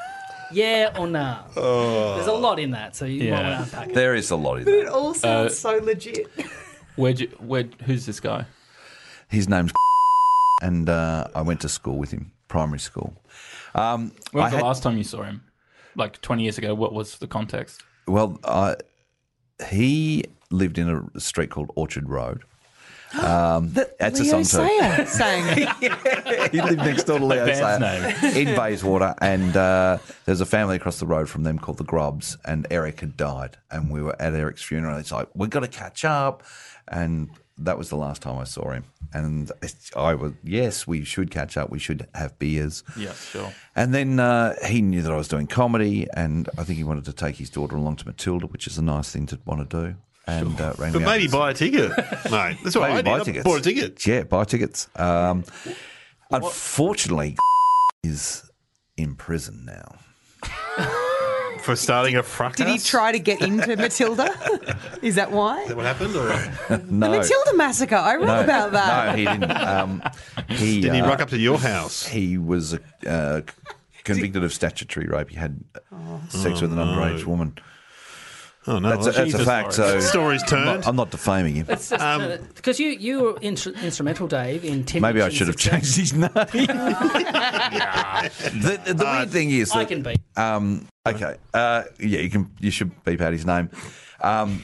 [SPEAKER 3] Yeah or nah? There's a lot in that, so you might
[SPEAKER 7] Yeah.
[SPEAKER 3] want to unpack it.
[SPEAKER 4] There is a lot in that.
[SPEAKER 5] all sounds
[SPEAKER 4] Uh,
[SPEAKER 5] so legit.
[SPEAKER 7] Where'd you, where? Who's this guy?
[SPEAKER 4] His name's (laughs) and uh, I went to school with him, primary school. Um,
[SPEAKER 7] When
[SPEAKER 4] I
[SPEAKER 7] was the
[SPEAKER 4] had-
[SPEAKER 7] last time you saw him? Like 20 years ago, what was the context?
[SPEAKER 4] Well, I, he lived in a street called Orchard Road.
[SPEAKER 5] That
[SPEAKER 4] That's a
[SPEAKER 5] Leo
[SPEAKER 4] song too. (laughs)
[SPEAKER 5] Sayer sang.
[SPEAKER 4] he lived next door to Leo
[SPEAKER 7] band's
[SPEAKER 4] Sayer in Bayswater, and uh, there's a family across the road from them called the Grubs, and Eric had died, and we were at Eric's funeral. It's like we've got to catch up, and that was the last time I saw him. And it's- I was yes, we should catch up. We should have beers.
[SPEAKER 7] Yeah, sure.
[SPEAKER 4] And then uh, he knew that I was doing comedy, and I think he wanted to take his daughter along to Matilda, which is a nice thing to want to do. And uh, rang
[SPEAKER 6] But
[SPEAKER 4] me up
[SPEAKER 6] maybe
[SPEAKER 4] and
[SPEAKER 6] buy a ticket, mate. That's what I did.
[SPEAKER 4] Maybe buy
[SPEAKER 6] I
[SPEAKER 4] tickets.
[SPEAKER 6] bought a ticket.
[SPEAKER 4] Yeah, buy tickets. Um, unfortunately, is in prison now.
[SPEAKER 6] For starting a fracas.
[SPEAKER 5] Did he try to get into Matilda? (laughs) Is that why?
[SPEAKER 6] Is that what
[SPEAKER 4] (laughs)
[SPEAKER 6] happened? Or
[SPEAKER 4] No,
[SPEAKER 5] The Matilda massacre. I read
[SPEAKER 4] no,
[SPEAKER 5] about that.
[SPEAKER 4] No, he didn't. Um,
[SPEAKER 6] (laughs)
[SPEAKER 4] he
[SPEAKER 6] did he
[SPEAKER 4] uh,
[SPEAKER 6] rock up to your house?
[SPEAKER 4] he was uh, convicted of statutory rape. He had sex with an underage woman.
[SPEAKER 6] Oh, no.
[SPEAKER 4] That's a, that's a
[SPEAKER 7] Jesus,
[SPEAKER 4] fact. So
[SPEAKER 7] Lawrence.
[SPEAKER 6] Story's
[SPEAKER 4] I'm
[SPEAKER 6] turned.
[SPEAKER 4] not, I'm not defaming him.
[SPEAKER 3] It's just, uh, because you you were intr- instrumental, Dave, in Tim.
[SPEAKER 4] Maybe I
[SPEAKER 3] Hitchens'
[SPEAKER 4] should have
[SPEAKER 3] success.
[SPEAKER 4] changed his (laughs) name. the the weird thing is,
[SPEAKER 3] I
[SPEAKER 4] that-
[SPEAKER 3] can be.
[SPEAKER 4] Um, okay. Uh, yeah, you can. You should beep out his name. Um,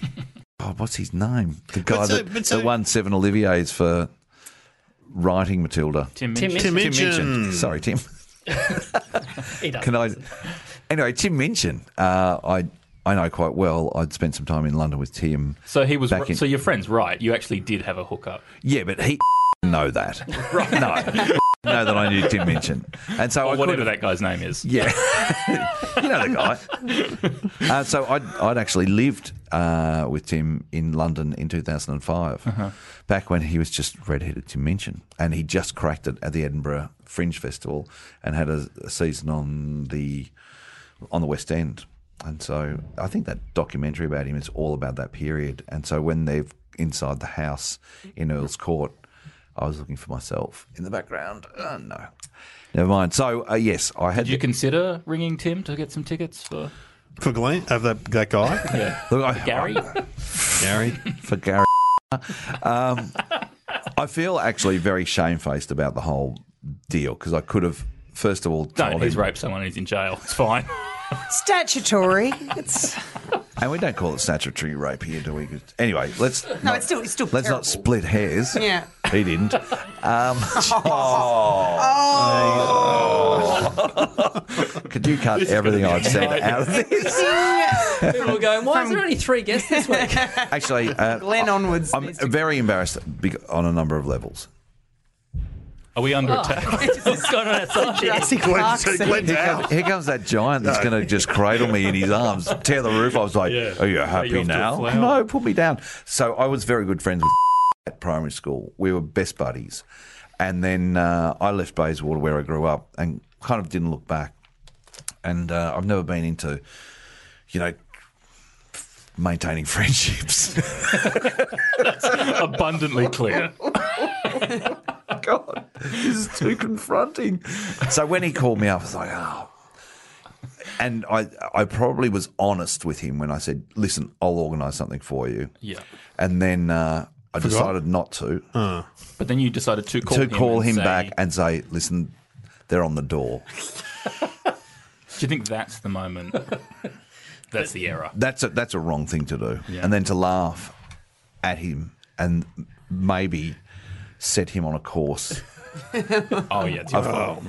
[SPEAKER 4] oh, what's his name? The guy
[SPEAKER 6] so-
[SPEAKER 4] that,
[SPEAKER 6] but so-
[SPEAKER 4] that won seven Olivier's for writing Matilda.
[SPEAKER 7] Tim,
[SPEAKER 3] Tim
[SPEAKER 7] Minchin.
[SPEAKER 6] Tim
[SPEAKER 3] Minchin.
[SPEAKER 6] Minchin.
[SPEAKER 4] Sorry, Tim.
[SPEAKER 3] He does.
[SPEAKER 4] Can I? Anyway, Tim Minchin. Uh, I I know quite well. I'd spent some time in London with Tim.
[SPEAKER 7] So he was.
[SPEAKER 4] Back in-
[SPEAKER 7] so your friend's right. You actually did have a hookup.
[SPEAKER 4] Yeah, but he (laughs) didn't know that.
[SPEAKER 7] (laughs)
[SPEAKER 4] Right. No. know that I knew Tim Minchin, and so
[SPEAKER 7] Or
[SPEAKER 4] I
[SPEAKER 7] whatever
[SPEAKER 4] could've-
[SPEAKER 7] that guy's name is.
[SPEAKER 4] Yeah, (laughs) you know the guy. Uh, so I'd, I'd actually lived uh, with Tim in London in 2005, back when he was just redheaded Tim Minchin, and he just cracked it at the Edinburgh Fringe Festival and had a, a season on the on the West End. And so I think that documentary about him is all about that period. And so when they're inside the house in Earl's Court, I was looking for myself in the background. Oh, no. Never mind. So, uh, yes, I had.
[SPEAKER 7] Did you consider ringing Tim to get some tickets for
[SPEAKER 6] For Glenn, of that, that guy,
[SPEAKER 7] yeah.
[SPEAKER 4] Look, I-
[SPEAKER 7] Gary?
[SPEAKER 6] Gary.
[SPEAKER 4] for Gary. (laughs) um, I feel actually very shamefaced about the whole deal because I could have First of all,
[SPEAKER 7] No,
[SPEAKER 4] told
[SPEAKER 7] he's
[SPEAKER 4] him-
[SPEAKER 7] raped someone. He's in jail. It's fine.
[SPEAKER 5] Statutory. It's
[SPEAKER 4] And we don't call it statutory rape here, do we? 'Cause- Anyway,
[SPEAKER 7] (laughs)
[SPEAKER 4] let's no,
[SPEAKER 5] it's still- it's still
[SPEAKER 4] let's
[SPEAKER 5] terrible.
[SPEAKER 4] not split hairs.
[SPEAKER 5] Yeah.
[SPEAKER 4] he didn't. Um, (laughs) oh. Could you cut everything I've said out of this?
[SPEAKER 3] People are going, why is there only three guests this
[SPEAKER 4] (laughs)
[SPEAKER 3] week?
[SPEAKER 4] Actually, uh,
[SPEAKER 5] Glenn onwards.
[SPEAKER 4] I'm
[SPEAKER 5] needs to-
[SPEAKER 4] very embarrassed bec- on a number of levels.
[SPEAKER 7] Are we
[SPEAKER 4] Oh.
[SPEAKER 7] under
[SPEAKER 4] (laughs)
[SPEAKER 7] attack?
[SPEAKER 3] What's going on outside?
[SPEAKER 5] Jurassic
[SPEAKER 6] Glenn-
[SPEAKER 5] Park
[SPEAKER 6] Glenn-
[SPEAKER 5] scene.
[SPEAKER 4] Here comes, here comes that giant that's going to just cradle me in his arms, tear the roof. I was like,
[SPEAKER 7] Yeah.
[SPEAKER 4] "Are you
[SPEAKER 7] Are you
[SPEAKER 4] happy
[SPEAKER 7] off to a
[SPEAKER 4] now?"
[SPEAKER 7] flower?
[SPEAKER 4] No, put me down. So I was very good friends with (laughs) at primary school. We were best buddies, and then uh, I left Bayswater where I grew up, and kind of didn't look back. And uh, I've never been into, you know, maintaining (laughs) friendships.
[SPEAKER 7] (laughs) Abundantly clear.
[SPEAKER 4] God, this is too confronting. So when he called me up, I was like, oh. And I, I probably was honest with him when I said, listen, I'll organise something for you.
[SPEAKER 7] Yeah.
[SPEAKER 4] And then uh, I decided not to,
[SPEAKER 7] But then you decided to call
[SPEAKER 4] to
[SPEAKER 7] him
[SPEAKER 4] call
[SPEAKER 7] and
[SPEAKER 4] him
[SPEAKER 7] say-
[SPEAKER 4] back and say, listen, they're on the door.
[SPEAKER 7] Do you think that's
[SPEAKER 4] (laughs)
[SPEAKER 7] the moment? That's the error.
[SPEAKER 4] That's a, that's a wrong thing to do. And then to laugh at him and maybe set him on a course.
[SPEAKER 7] Oh yeah. It's your fault.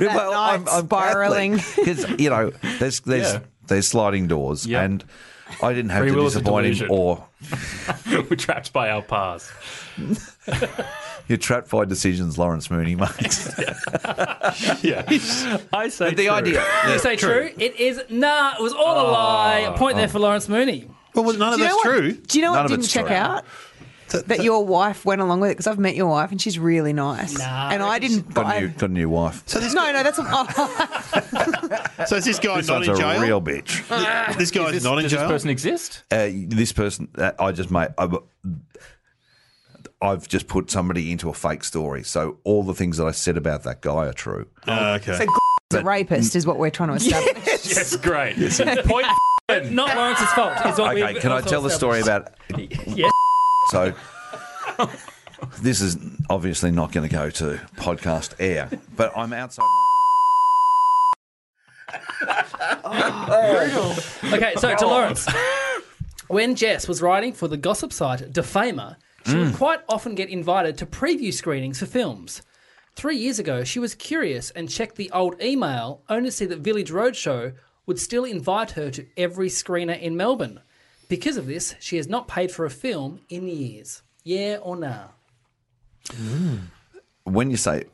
[SPEAKER 7] Yeah.
[SPEAKER 4] well,
[SPEAKER 5] night
[SPEAKER 4] (laughs)
[SPEAKER 5] spiralling.
[SPEAKER 4] because you know there's there's
[SPEAKER 7] Yeah.
[SPEAKER 4] there's sliding doors,
[SPEAKER 7] Yeah.
[SPEAKER 4] and I didn't have
[SPEAKER 7] Free
[SPEAKER 4] to
[SPEAKER 7] will is a
[SPEAKER 4] disappoint him,
[SPEAKER 7] delusion.
[SPEAKER 4] or
[SPEAKER 7] (laughs) We're trapped by
[SPEAKER 4] (laughs)
[SPEAKER 7] our past.
[SPEAKER 4] you're trapped by decisions Lawrence Mooney
[SPEAKER 6] (laughs)
[SPEAKER 4] makes.
[SPEAKER 7] Yeah. I say
[SPEAKER 4] the
[SPEAKER 7] true.
[SPEAKER 4] idea,
[SPEAKER 3] You say true. It is nah. It was all a lie. A point
[SPEAKER 4] Oh.
[SPEAKER 3] there for Lawrence Mooney.
[SPEAKER 6] Well, well, none of
[SPEAKER 5] Do you
[SPEAKER 6] that's
[SPEAKER 5] know what-
[SPEAKER 6] true.
[SPEAKER 5] Do you know
[SPEAKER 4] None
[SPEAKER 5] what
[SPEAKER 4] of
[SPEAKER 5] didn't
[SPEAKER 4] it's
[SPEAKER 5] check
[SPEAKER 4] true.
[SPEAKER 5] out? That your wife went along with it because I've met your wife and she's really nice.
[SPEAKER 3] Nah,
[SPEAKER 5] and
[SPEAKER 3] I
[SPEAKER 5] I
[SPEAKER 3] reckon
[SPEAKER 4] (laughs)
[SPEAKER 5] didn't
[SPEAKER 4] got a
[SPEAKER 5] buy.
[SPEAKER 4] new got a new wife.
[SPEAKER 6] So this,
[SPEAKER 5] No, no, that's (laughs) oh,
[SPEAKER 6] so is this guy
[SPEAKER 4] This
[SPEAKER 6] not
[SPEAKER 4] one's
[SPEAKER 6] in
[SPEAKER 4] a
[SPEAKER 6] jail?
[SPEAKER 4] real
[SPEAKER 6] (laughs)
[SPEAKER 4] bitch.
[SPEAKER 6] This guy's
[SPEAKER 7] This-
[SPEAKER 6] not in
[SPEAKER 7] does
[SPEAKER 6] jail.
[SPEAKER 7] this person exist?
[SPEAKER 4] Uh, this person, uh, I just made. I, I've just put somebody into a fake story, so all the things that I said about that guy are true.
[SPEAKER 6] Oh, okay.
[SPEAKER 5] the rapist is what we're trying to establish.
[SPEAKER 7] Yes, great. Point.
[SPEAKER 3] Not Lawrence's fault. Is what (laughs)
[SPEAKER 4] Okay,
[SPEAKER 3] we've
[SPEAKER 4] can I
[SPEAKER 3] also
[SPEAKER 4] tell the story
[SPEAKER 3] established.
[SPEAKER 4] about?
[SPEAKER 3] (laughs) Yes.
[SPEAKER 4] (laughs) So, this is obviously not going to go to podcast air, but I'm outside.
[SPEAKER 3] Okay, so to Lawrence. When Jess was writing for the gossip site Defamer, she would
[SPEAKER 4] Mm.
[SPEAKER 3] quite often get invited to preview screenings for films. Three years ago, she was curious and checked the old email, only to see that Village Roadshow would still invite her to every screener in Melbourne. Because of this, she has not paid for a film in years. Yeah or nah?
[SPEAKER 4] (laughs) When you say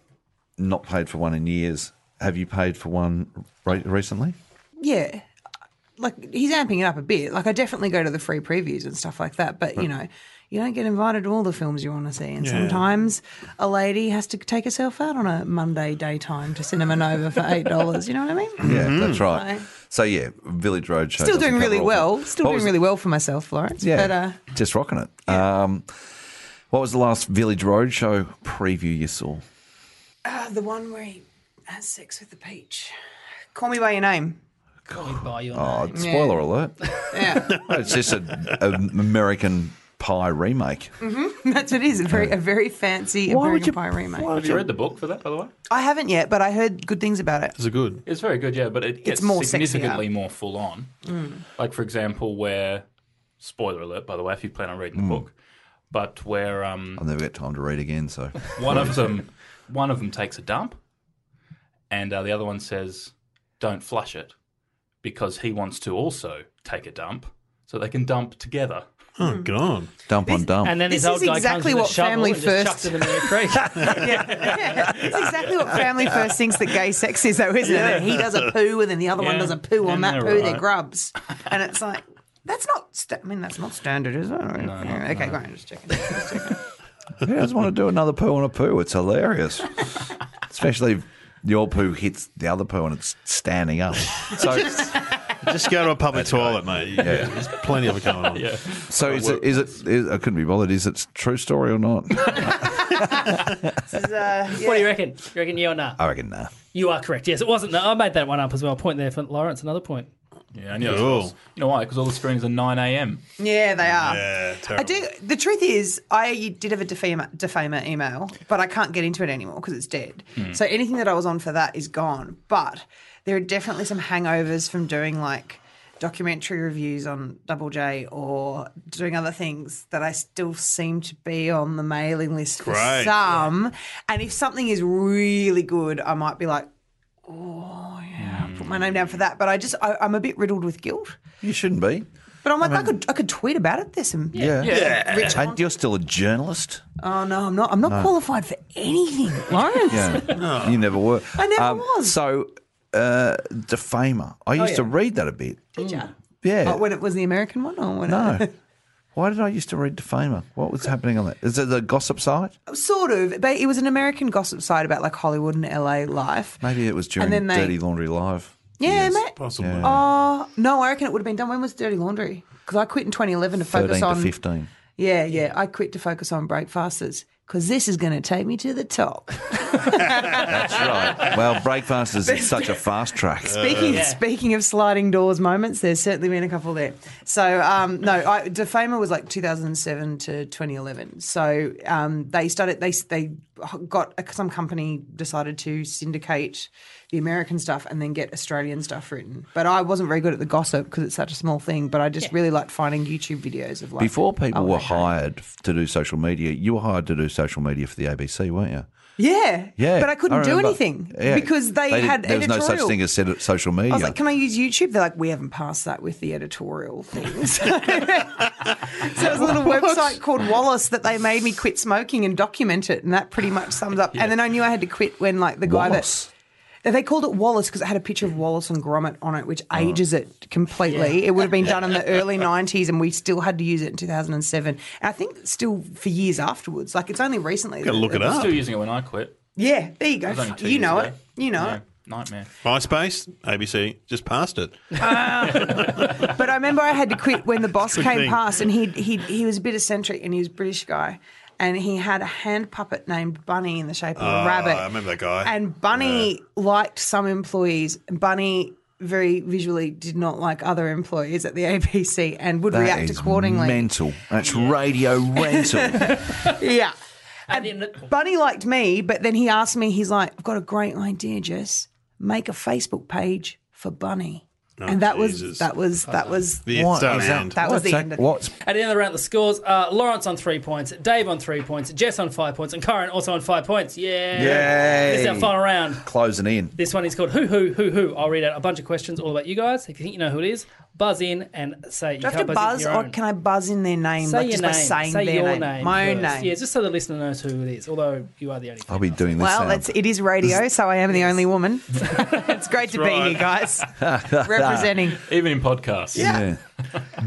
[SPEAKER 4] not paid for one in years, have you paid for one re- recently?
[SPEAKER 5] (laughs) yeah. Like he's amping it up a bit. Like I definitely go to the free previews and stuff like that, but you know, you don't get invited to all the films you want to see. And sometimes a lady has to take herself out on a Monday daytime to Cinema Nova for eight dollars. You know what I mean?
[SPEAKER 3] Mm-hmm.
[SPEAKER 4] Yeah, that's right.
[SPEAKER 5] Right.
[SPEAKER 4] So yeah, Village Roadshow.
[SPEAKER 5] Still
[SPEAKER 4] doesn't
[SPEAKER 5] doing
[SPEAKER 4] cover
[SPEAKER 5] really
[SPEAKER 4] all-
[SPEAKER 5] well. Still
[SPEAKER 4] What
[SPEAKER 5] doing
[SPEAKER 4] was-
[SPEAKER 5] really well for myself, Florence.
[SPEAKER 4] Yeah,
[SPEAKER 5] But uh,
[SPEAKER 4] just rocking it. Um, what was the last Village Roadshow preview you saw?
[SPEAKER 5] uh, the one where he has sex with the peach. Call me by your name.
[SPEAKER 3] Call me by your
[SPEAKER 4] Oh,
[SPEAKER 3] name.
[SPEAKER 4] spoiler
[SPEAKER 5] (laughs)
[SPEAKER 4] alert!
[SPEAKER 5] Yeah.
[SPEAKER 4] it's just an American Pie remake.
[SPEAKER 5] That's what it is. A very, a very fancy American Pie remake.
[SPEAKER 7] Have you read the book for that, by the way?
[SPEAKER 5] I haven't yet, but I heard good things about it.
[SPEAKER 6] It's a good.
[SPEAKER 7] It's very good, yeah, but it gets
[SPEAKER 5] more
[SPEAKER 7] significantly more full on. Like for example, where spoiler alert, by the way, if you plan on reading the book, but where um,
[SPEAKER 4] I'll never get time to read again. So
[SPEAKER 7] one of them one of them takes a dump, and uh, the other one says, "Don't flush it," because he wants to also take a dump, so they can dump together.
[SPEAKER 6] Oh God.
[SPEAKER 4] dump on dump.
[SPEAKER 3] And then this,
[SPEAKER 5] This
[SPEAKER 3] old
[SPEAKER 5] is
[SPEAKER 3] guy
[SPEAKER 5] exactly
[SPEAKER 3] comes with
[SPEAKER 5] what
[SPEAKER 3] a shovel
[SPEAKER 5] Family
[SPEAKER 3] and just
[SPEAKER 5] First-
[SPEAKER 3] chucks it in the creek.
[SPEAKER 5] (laughs) Yeah, it's exactly what Family First thinks that gay sex is, though, isn't it? He does a poo, and then the other one
[SPEAKER 7] Yeah.
[SPEAKER 5] does a poo on
[SPEAKER 7] And
[SPEAKER 5] that
[SPEAKER 7] they're
[SPEAKER 5] poo. They're
[SPEAKER 7] right.
[SPEAKER 5] grubs, and it's like that's not. St- I mean, that's not standard, is it? okay, go on, just checking. Just checking.
[SPEAKER 4] Who doesn't want to do another poo on a poo? It's hilarious. Especially if your poo hits the other poo and it's standing up.
[SPEAKER 5] (laughs)
[SPEAKER 4] So,
[SPEAKER 6] Just go to a public toilet, mate. Yeah. There's plenty of it going on.
[SPEAKER 7] Yeah,
[SPEAKER 4] so is it, is it, is, I couldn't be bothered. Is it true story or not?
[SPEAKER 5] This is, uh, yeah.
[SPEAKER 3] What do you reckon? You reckon yeah or nah?
[SPEAKER 4] I reckon nah.
[SPEAKER 3] You are correct. Yes, it wasn't. I made that one up as well. Point there for Lawrence. Another point.
[SPEAKER 7] Yeah, I knew
[SPEAKER 6] Cool.
[SPEAKER 7] cool. You know why? Because all the screens are 9 a.m.
[SPEAKER 5] Yeah, they are.
[SPEAKER 6] Yeah,
[SPEAKER 5] I
[SPEAKER 6] terrible.
[SPEAKER 5] do. The truth is, I did have a defamer, defamer email, but I can't get into it anymore because it's dead. So anything that I was on for that is gone. But there are definitely some hangovers from doing like documentary reviews on Double J or doing other things that I still seem to be on the mailing list for
[SPEAKER 6] Great.
[SPEAKER 5] some. And if something is really good, I might be like, oh yeah, I'll put my name down for that. But I just, I, I'm a bit riddled with guilt.
[SPEAKER 4] You shouldn't be.
[SPEAKER 5] But I'm like, I, could I could tweet about it. There's some.
[SPEAKER 4] Yeah.
[SPEAKER 7] Yeah.
[SPEAKER 5] Rich
[SPEAKER 4] And you're still a journalist.
[SPEAKER 5] Oh no, I'm not. I'm not qualified for anything, Lawrence.
[SPEAKER 4] Yeah. you never were. Um,
[SPEAKER 5] I never was.
[SPEAKER 4] So, uh, Defamer. I used to read that a bit. Did you? Yeah.
[SPEAKER 5] Oh, when it was the American one, or when
[SPEAKER 4] no.
[SPEAKER 5] it,
[SPEAKER 4] Why did I used to read Defamer? What was happening on that? Is it the gossip site?
[SPEAKER 5] sort of. But it was an American gossip site about like Hollywood and LA life.
[SPEAKER 4] Maybe it was during
[SPEAKER 5] then they-
[SPEAKER 4] Dirty Laundry Live.
[SPEAKER 5] Yeah,
[SPEAKER 4] Yes.
[SPEAKER 5] mate.
[SPEAKER 6] Possibly.
[SPEAKER 5] Oh no, I reckon it would have been done. When was Dirty Laundry? Because I quit in 2011 to
[SPEAKER 4] 13
[SPEAKER 5] focus
[SPEAKER 4] to
[SPEAKER 5] on.
[SPEAKER 4] 15.
[SPEAKER 5] Yeah, yeah. I quit to focus on breakfasters because this is going to take me to the top.
[SPEAKER 4] That's right. Well, Breakfast
[SPEAKER 5] (laughs)
[SPEAKER 4] is such a fast track.
[SPEAKER 5] Speaking speaking of sliding doors moments, there's certainly been a couple there. So um, no, I, Defamer was like 2007 to 2011. So um, they started they they got uh, some company decided to syndicate the American stuff and then get Australian stuff written. But I wasn't very good at the gossip because it's such a small thing. But I just really liked finding YouTube videos of like
[SPEAKER 4] Before people
[SPEAKER 5] oh,
[SPEAKER 4] were
[SPEAKER 5] okay.
[SPEAKER 4] hired f- to do social media, you were hired to do social media for the ABC, weren't you?
[SPEAKER 5] Yeah,
[SPEAKER 4] Yeah.
[SPEAKER 5] But I couldn't do
[SPEAKER 4] remember.
[SPEAKER 5] anything
[SPEAKER 4] Yeah.
[SPEAKER 5] because they,
[SPEAKER 4] didn't-
[SPEAKER 5] had
[SPEAKER 4] There was no such
[SPEAKER 5] editorial.
[SPEAKER 4] thing as said- social media.
[SPEAKER 5] I was like, "Can I use YouTube?" They're like, "We haven't passed that with the editorial thing." (laughs) so there's a little website called Wallace that they made me quit smoking and document it, and that pretty much sums up. And then I knew I had to quit when like the guy
[SPEAKER 4] Wallace.
[SPEAKER 5] that they called it Wallace because it had a picture of Wallace and Gromit on it,
[SPEAKER 6] Oh.
[SPEAKER 5] which ages it completely. It would have been done in the early '90s, and we still had to use it in 2007. And I think still for years afterwards. Like it's only recently.
[SPEAKER 6] Gotta look it
[SPEAKER 7] I'm
[SPEAKER 6] up.
[SPEAKER 7] still using it when I quit.
[SPEAKER 5] Yeah, there you go.
[SPEAKER 7] It was only two
[SPEAKER 5] You
[SPEAKER 7] years
[SPEAKER 5] know
[SPEAKER 7] ago.
[SPEAKER 5] it. You know
[SPEAKER 7] Yeah,
[SPEAKER 5] it.
[SPEAKER 7] Nightmare.
[SPEAKER 6] MySpace, ABC, just passed it.
[SPEAKER 5] But I remember I had to quit when the boss
[SPEAKER 6] Good
[SPEAKER 5] came
[SPEAKER 6] thing.
[SPEAKER 5] past, and he he he was a bit eccentric, and he was a British guy, and he had a hand puppet named Bunny in the shape of a rabbit.
[SPEAKER 6] Ah, I remember that guy.
[SPEAKER 5] And Bunny liked some employees. and Bunny very visually did not like other employees at the ABC and would
[SPEAKER 4] That
[SPEAKER 5] react
[SPEAKER 4] is
[SPEAKER 5] accordingly.
[SPEAKER 4] mental. That's radio
[SPEAKER 5] (laughs)
[SPEAKER 4] rental.
[SPEAKER 5] Yeah.
[SPEAKER 3] And then the-
[SPEAKER 5] Bunny liked me, but then he asked me, he's like, I've got a great idea, Jess. Make a Facebook page for Bunny. and that
[SPEAKER 6] Oh, Jesus.
[SPEAKER 5] was that was that was
[SPEAKER 6] The
[SPEAKER 4] What
[SPEAKER 6] start
[SPEAKER 4] is
[SPEAKER 6] and end.
[SPEAKER 5] That was
[SPEAKER 4] What's
[SPEAKER 5] the
[SPEAKER 4] that-
[SPEAKER 5] end of-
[SPEAKER 4] What's
[SPEAKER 3] At the end of the round, the scores are Lawrence on three points, Dave on three points, Jess on five points, and Karen also on five points. Yeah.
[SPEAKER 4] Yay.
[SPEAKER 3] This is our final round.
[SPEAKER 4] closing in?
[SPEAKER 3] This one is called Who Who Who Who. I'll read out a bunch of questions all about you guys. If you think you know who it is, buzz in and say.
[SPEAKER 5] Do
[SPEAKER 3] you
[SPEAKER 5] I have
[SPEAKER 3] can't
[SPEAKER 5] to
[SPEAKER 3] buzz,
[SPEAKER 5] buzz,
[SPEAKER 3] in your
[SPEAKER 5] or
[SPEAKER 3] own.
[SPEAKER 5] can I buzz in their name?
[SPEAKER 3] say
[SPEAKER 5] like,
[SPEAKER 3] your
[SPEAKER 5] just by
[SPEAKER 3] name?
[SPEAKER 5] saying
[SPEAKER 3] say
[SPEAKER 5] their
[SPEAKER 3] your
[SPEAKER 5] name.
[SPEAKER 3] name.
[SPEAKER 5] my own
[SPEAKER 3] first.
[SPEAKER 5] name.
[SPEAKER 3] Yeah, just so the listener knows who it is. Although you are the only.
[SPEAKER 4] I'll be doing this.
[SPEAKER 5] well,
[SPEAKER 4] now.
[SPEAKER 5] it's, it is radio, so I am the only woman. it's great to be
[SPEAKER 6] right.
[SPEAKER 4] (laughs)
[SPEAKER 5] here, guys. Representing.
[SPEAKER 7] Even in podcasts.
[SPEAKER 4] yeah.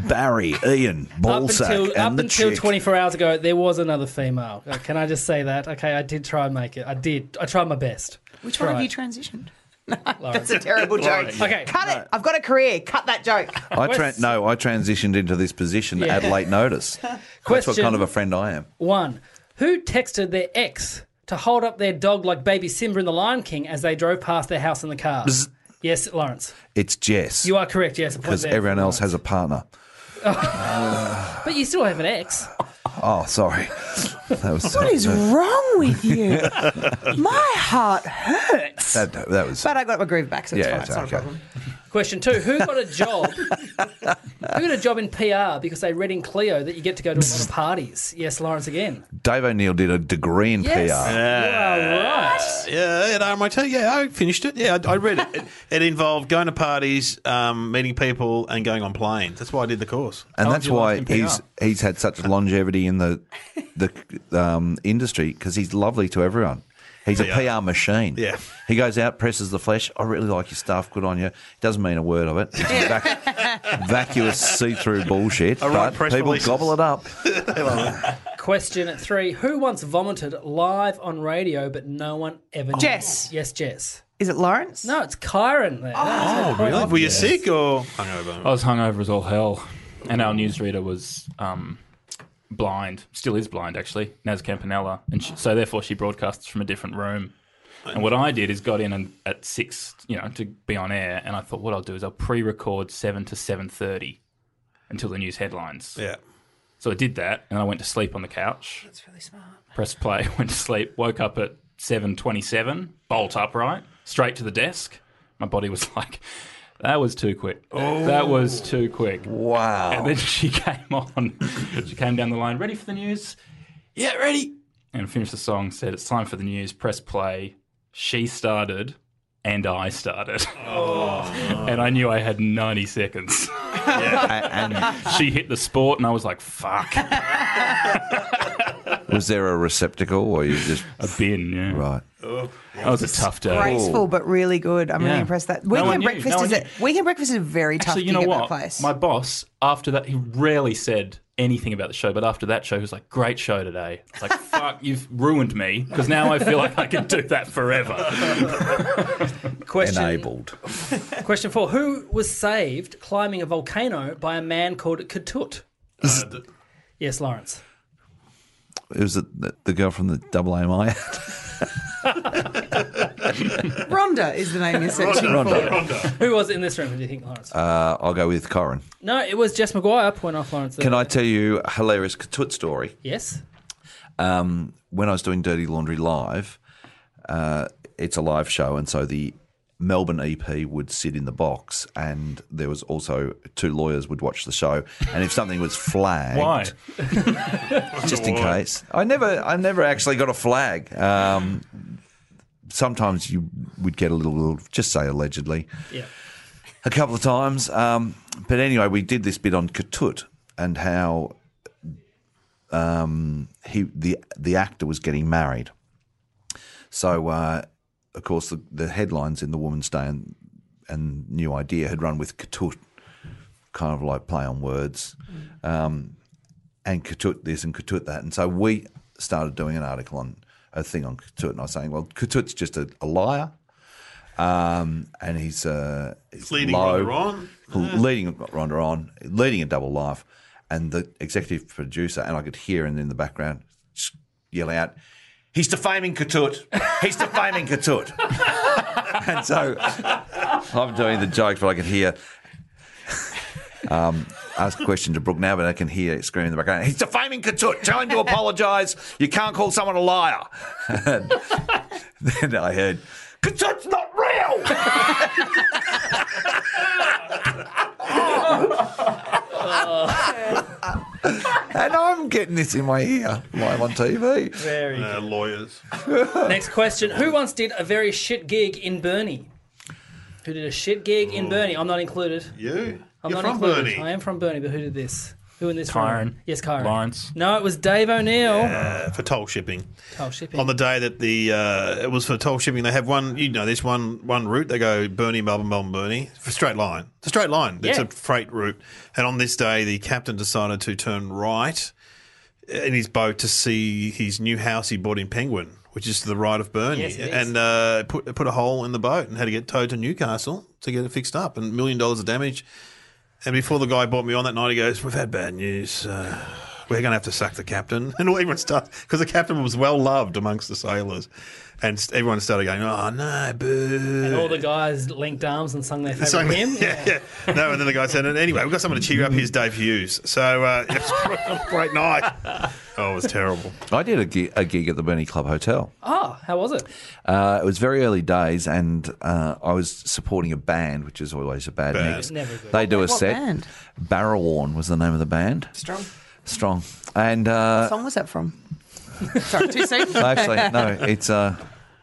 [SPEAKER 4] Barry, Ian,
[SPEAKER 3] Up
[SPEAKER 4] Ballsack,
[SPEAKER 3] until,
[SPEAKER 4] and
[SPEAKER 3] up
[SPEAKER 4] the
[SPEAKER 3] until
[SPEAKER 4] chick.
[SPEAKER 3] 24 hours ago, there was another female. Uh, Can I just say that? Okay, I did try and make it. I did. I tried my best.
[SPEAKER 5] Which one have
[SPEAKER 3] Right.
[SPEAKER 5] you transitioned? (laughs) That's a terrible joke.
[SPEAKER 3] Okay.
[SPEAKER 5] Cut it. I've got a career. Cut that joke.
[SPEAKER 4] (laughs) I tra- no, I transitioned into this position
[SPEAKER 3] Yeah.
[SPEAKER 4] at
[SPEAKER 3] (laughs)
[SPEAKER 4] late notice. That's what
[SPEAKER 3] Question-
[SPEAKER 4] kind of a friend I am.
[SPEAKER 3] One, who texted their ex to hold up their dog like baby Simba in The Lion King as they drove past their house in the car? Yes, Lawrence.
[SPEAKER 4] It's Jess.
[SPEAKER 3] You are correct. Yes, a point
[SPEAKER 4] because
[SPEAKER 3] there.
[SPEAKER 4] everyone else has a partner.
[SPEAKER 3] But you still have an ex.
[SPEAKER 4] Oh, sorry. (laughs) That was
[SPEAKER 5] What is wrong with (laughs) you? My heart hurts.
[SPEAKER 4] that, that was
[SPEAKER 5] But I got my groove back, so it's
[SPEAKER 4] Yeah,
[SPEAKER 5] fine.
[SPEAKER 4] it's
[SPEAKER 5] It's not
[SPEAKER 4] okay.
[SPEAKER 5] a problem.
[SPEAKER 3] Question two: Who got a
[SPEAKER 4] (laughs)
[SPEAKER 3] job? who got a job in PR because they read in Clio that you get to go to a lot of parties? Yes, Lawrence again.
[SPEAKER 4] Dave O'Neill did a degree in
[SPEAKER 3] Yes,
[SPEAKER 4] PR.
[SPEAKER 3] you are right.
[SPEAKER 6] Yeah, at RMIT. Yeah, I finished it. Yeah, I, I read it. it. It involved going to parties, um, meeting people, and going on planes. That's why I did the course.
[SPEAKER 4] And
[SPEAKER 7] How
[SPEAKER 4] that's
[SPEAKER 7] did you
[SPEAKER 4] why
[SPEAKER 7] like him
[SPEAKER 4] he's
[SPEAKER 7] PR?
[SPEAKER 4] he's had such longevity in the the um, industry because he's lovely to everyone. He's a PR machine.
[SPEAKER 6] Yeah.
[SPEAKER 4] He goes out, presses the flesh. I really like your stuff. Good on you. Doesn't mean a
[SPEAKER 3] (laughs)
[SPEAKER 4] word of it. It's vac- vacuous, see-through bullshit.
[SPEAKER 6] I write
[SPEAKER 4] but
[SPEAKER 6] press
[SPEAKER 4] people
[SPEAKER 6] releases.
[SPEAKER 4] gobble it up.
[SPEAKER 3] Question three: Who once vomited live on radio but no one ever? Knew?
[SPEAKER 5] Jess.
[SPEAKER 3] Yes, Jess.
[SPEAKER 5] Is it Lawrence?
[SPEAKER 3] No, it's Kyron. There.
[SPEAKER 6] Oh, really? Were you sick or hungover?
[SPEAKER 7] I was hungover as all hell, and our newsreader was um, blind, still is blind actually, Naz Campanella, and she, so therefore she broadcasts from a different room. And what I did is got in and at six, you know, to be on air, and I thought what I'll do is I'll pre-record seven to seven thirty until the news headlines.
[SPEAKER 6] Yeah.
[SPEAKER 7] So I did that, and I went to sleep on the couch. That's really smart. Pressed play, (laughs) went to sleep, woke up at seven twenty-seven, bolt upright, straight to the desk. My body was (laughs) like, "That was too quick. That was too quick." And
[SPEAKER 4] Wow.
[SPEAKER 7] then (laughs) she came on. she came down the line, ready for the news. Yeah, ready. And finished the song. Said it's time for the news. Press play. She started, and I started. (laughs) and I knew I had ninety seconds.
[SPEAKER 4] and and
[SPEAKER 7] she hit the sport, and I was like, "Fuck."
[SPEAKER 4] was there a receptacle or you just
[SPEAKER 7] A bin. Yeah.
[SPEAKER 4] right?
[SPEAKER 7] That was a tough day.
[SPEAKER 4] Oh.
[SPEAKER 5] Graceful but really good. I'm
[SPEAKER 7] Yeah.
[SPEAKER 5] really impressed. That
[SPEAKER 7] No
[SPEAKER 5] weekend
[SPEAKER 7] one knew.
[SPEAKER 5] breakfast
[SPEAKER 7] No
[SPEAKER 5] is
[SPEAKER 7] one
[SPEAKER 5] a, weekend breakfast is a very tough
[SPEAKER 7] Actually, you
[SPEAKER 5] gig
[SPEAKER 7] know
[SPEAKER 5] at that
[SPEAKER 7] what?
[SPEAKER 5] place.
[SPEAKER 7] My boss, after that, he rarely said anything about the show, but after that show, he was like, "Great show today." It's (laughs) like, "Fuck, you've ruined me," because now I feel like I can do that forever.
[SPEAKER 3] Question
[SPEAKER 4] Enabled.
[SPEAKER 3] Question four: Who was saved climbing a volcano by a man called Katut?
[SPEAKER 6] Uh,
[SPEAKER 3] yes, Lawrence.
[SPEAKER 4] It was the, the, the girl from the Double AMI.
[SPEAKER 5] (laughs) Rhonda is the name you're searching for.
[SPEAKER 3] Who was in this room? Who do you think, Lawrence?
[SPEAKER 4] Uh, (laughs) I'll go with Corin.
[SPEAKER 3] no, it was Jess Maguire. Point off, Lawrence.
[SPEAKER 4] Can I tell you a hilarious Katut story?
[SPEAKER 3] Yes.
[SPEAKER 4] um, when I was doing Dirty Laundry live, uh, it's a live show, and so the Melbourne EP would sit in the box, and there was also two lawyers would watch the show, and if something was flagged,
[SPEAKER 7] Why?
[SPEAKER 4] just in case. I never, I never actually got a flag. Um, sometimes you would get a little, little just say allegedly,
[SPEAKER 3] Yeah.
[SPEAKER 4] a couple of times. Um, but anyway, we did this bit on Katut and how um, he the the actor was getting married. So, uh, of course, the, the headlines in the Woman's Day and, and New Idea had run with Katut, kind of like play on words,
[SPEAKER 6] Mm.
[SPEAKER 4] um, and Katut this and Katut that. And so we started doing an article on a thing on Katut, and I was saying, well, Katut's just a, a liar. Um, and he's, uh, he's
[SPEAKER 6] Leading
[SPEAKER 4] low,
[SPEAKER 6] Rhonda on.
[SPEAKER 4] leading Rhonda on, leading a double life, and the executive producer, and I could hear in, in the background yelling out, "He's defaming Katut! He's defaming
[SPEAKER 6] (laughs)
[SPEAKER 4] Katut!" and so I'm doing the jokes, but I can hear. Um, ask a question to Brooke now, but I can hear it screaming in the background. He's defaming Katut. Tell him to apologise. You can't call someone a liar. (laughs) And then I heard, Katut's not real. and I'm getting this in my ear live on TV.
[SPEAKER 3] Very.
[SPEAKER 6] Uh, lawyers.
[SPEAKER 3] Next question: Who once did a very shit gig in Burnie? Who did a shit gig
[SPEAKER 6] Oh.
[SPEAKER 3] in Burnie? I'm not included.
[SPEAKER 6] You.
[SPEAKER 3] I'm not
[SPEAKER 6] You're from
[SPEAKER 3] included.
[SPEAKER 6] Burnie.
[SPEAKER 3] I am from Burnie, but who did this? Who in this room?
[SPEAKER 7] Kyron.
[SPEAKER 3] Yes, Kyron.
[SPEAKER 7] Lawrence.
[SPEAKER 3] No, it was Dave O'Neill.
[SPEAKER 6] Uh, for toll shipping.
[SPEAKER 3] Oh, shipping.
[SPEAKER 6] On the day that the uh, it was for toll shipping, they have one. You know, this one one route they go Burnie, Melbourne, Melbourne, Burnie. It's a straight line. It's a straight line. It's
[SPEAKER 3] Yeah.
[SPEAKER 6] a freight route. And on this day, the captain decided to turn right in his boat to see his new house he bought in Penguin, which is to the right of Burnie,
[SPEAKER 3] Yes, it is.
[SPEAKER 6] and uh, put put a hole in the boat and had to get towed to Newcastle to get it fixed up, and million dollars of damage. And before the guy bought me on that night, he goes, "We've had bad news. Uh, we're going to have to sack the captain." (laughs) And all everyone started because the captain was well loved amongst the sailors, and s- everyone started going, "Oh no, boo!" (laughs)
[SPEAKER 3] and all the guys linked arms and sung their favorite
[SPEAKER 6] Sung-
[SPEAKER 3] hymn.
[SPEAKER 6] yeah, yeah. No, and then the guy said, and anyway, we've got someone to cheer you up. Here's Dave Hughes. So uh, (laughs) it was a great night. Oh, it was terrible.
[SPEAKER 4] I did a gig, a gig at the Burnie Club Hotel.
[SPEAKER 3] Oh, how was it?
[SPEAKER 4] Uh, it was very early days, and uh, I was supporting a band, which is always a bad mix.
[SPEAKER 3] Never good.
[SPEAKER 4] They do a
[SPEAKER 5] What
[SPEAKER 4] set.
[SPEAKER 7] uh,
[SPEAKER 5] band?
[SPEAKER 4] Barrow Worn was the name of the band.
[SPEAKER 5] Strong.
[SPEAKER 4] Strong. And uh,
[SPEAKER 5] What song was that from? (laughs) Sorry, too soon.
[SPEAKER 4] actually, no, it's uh,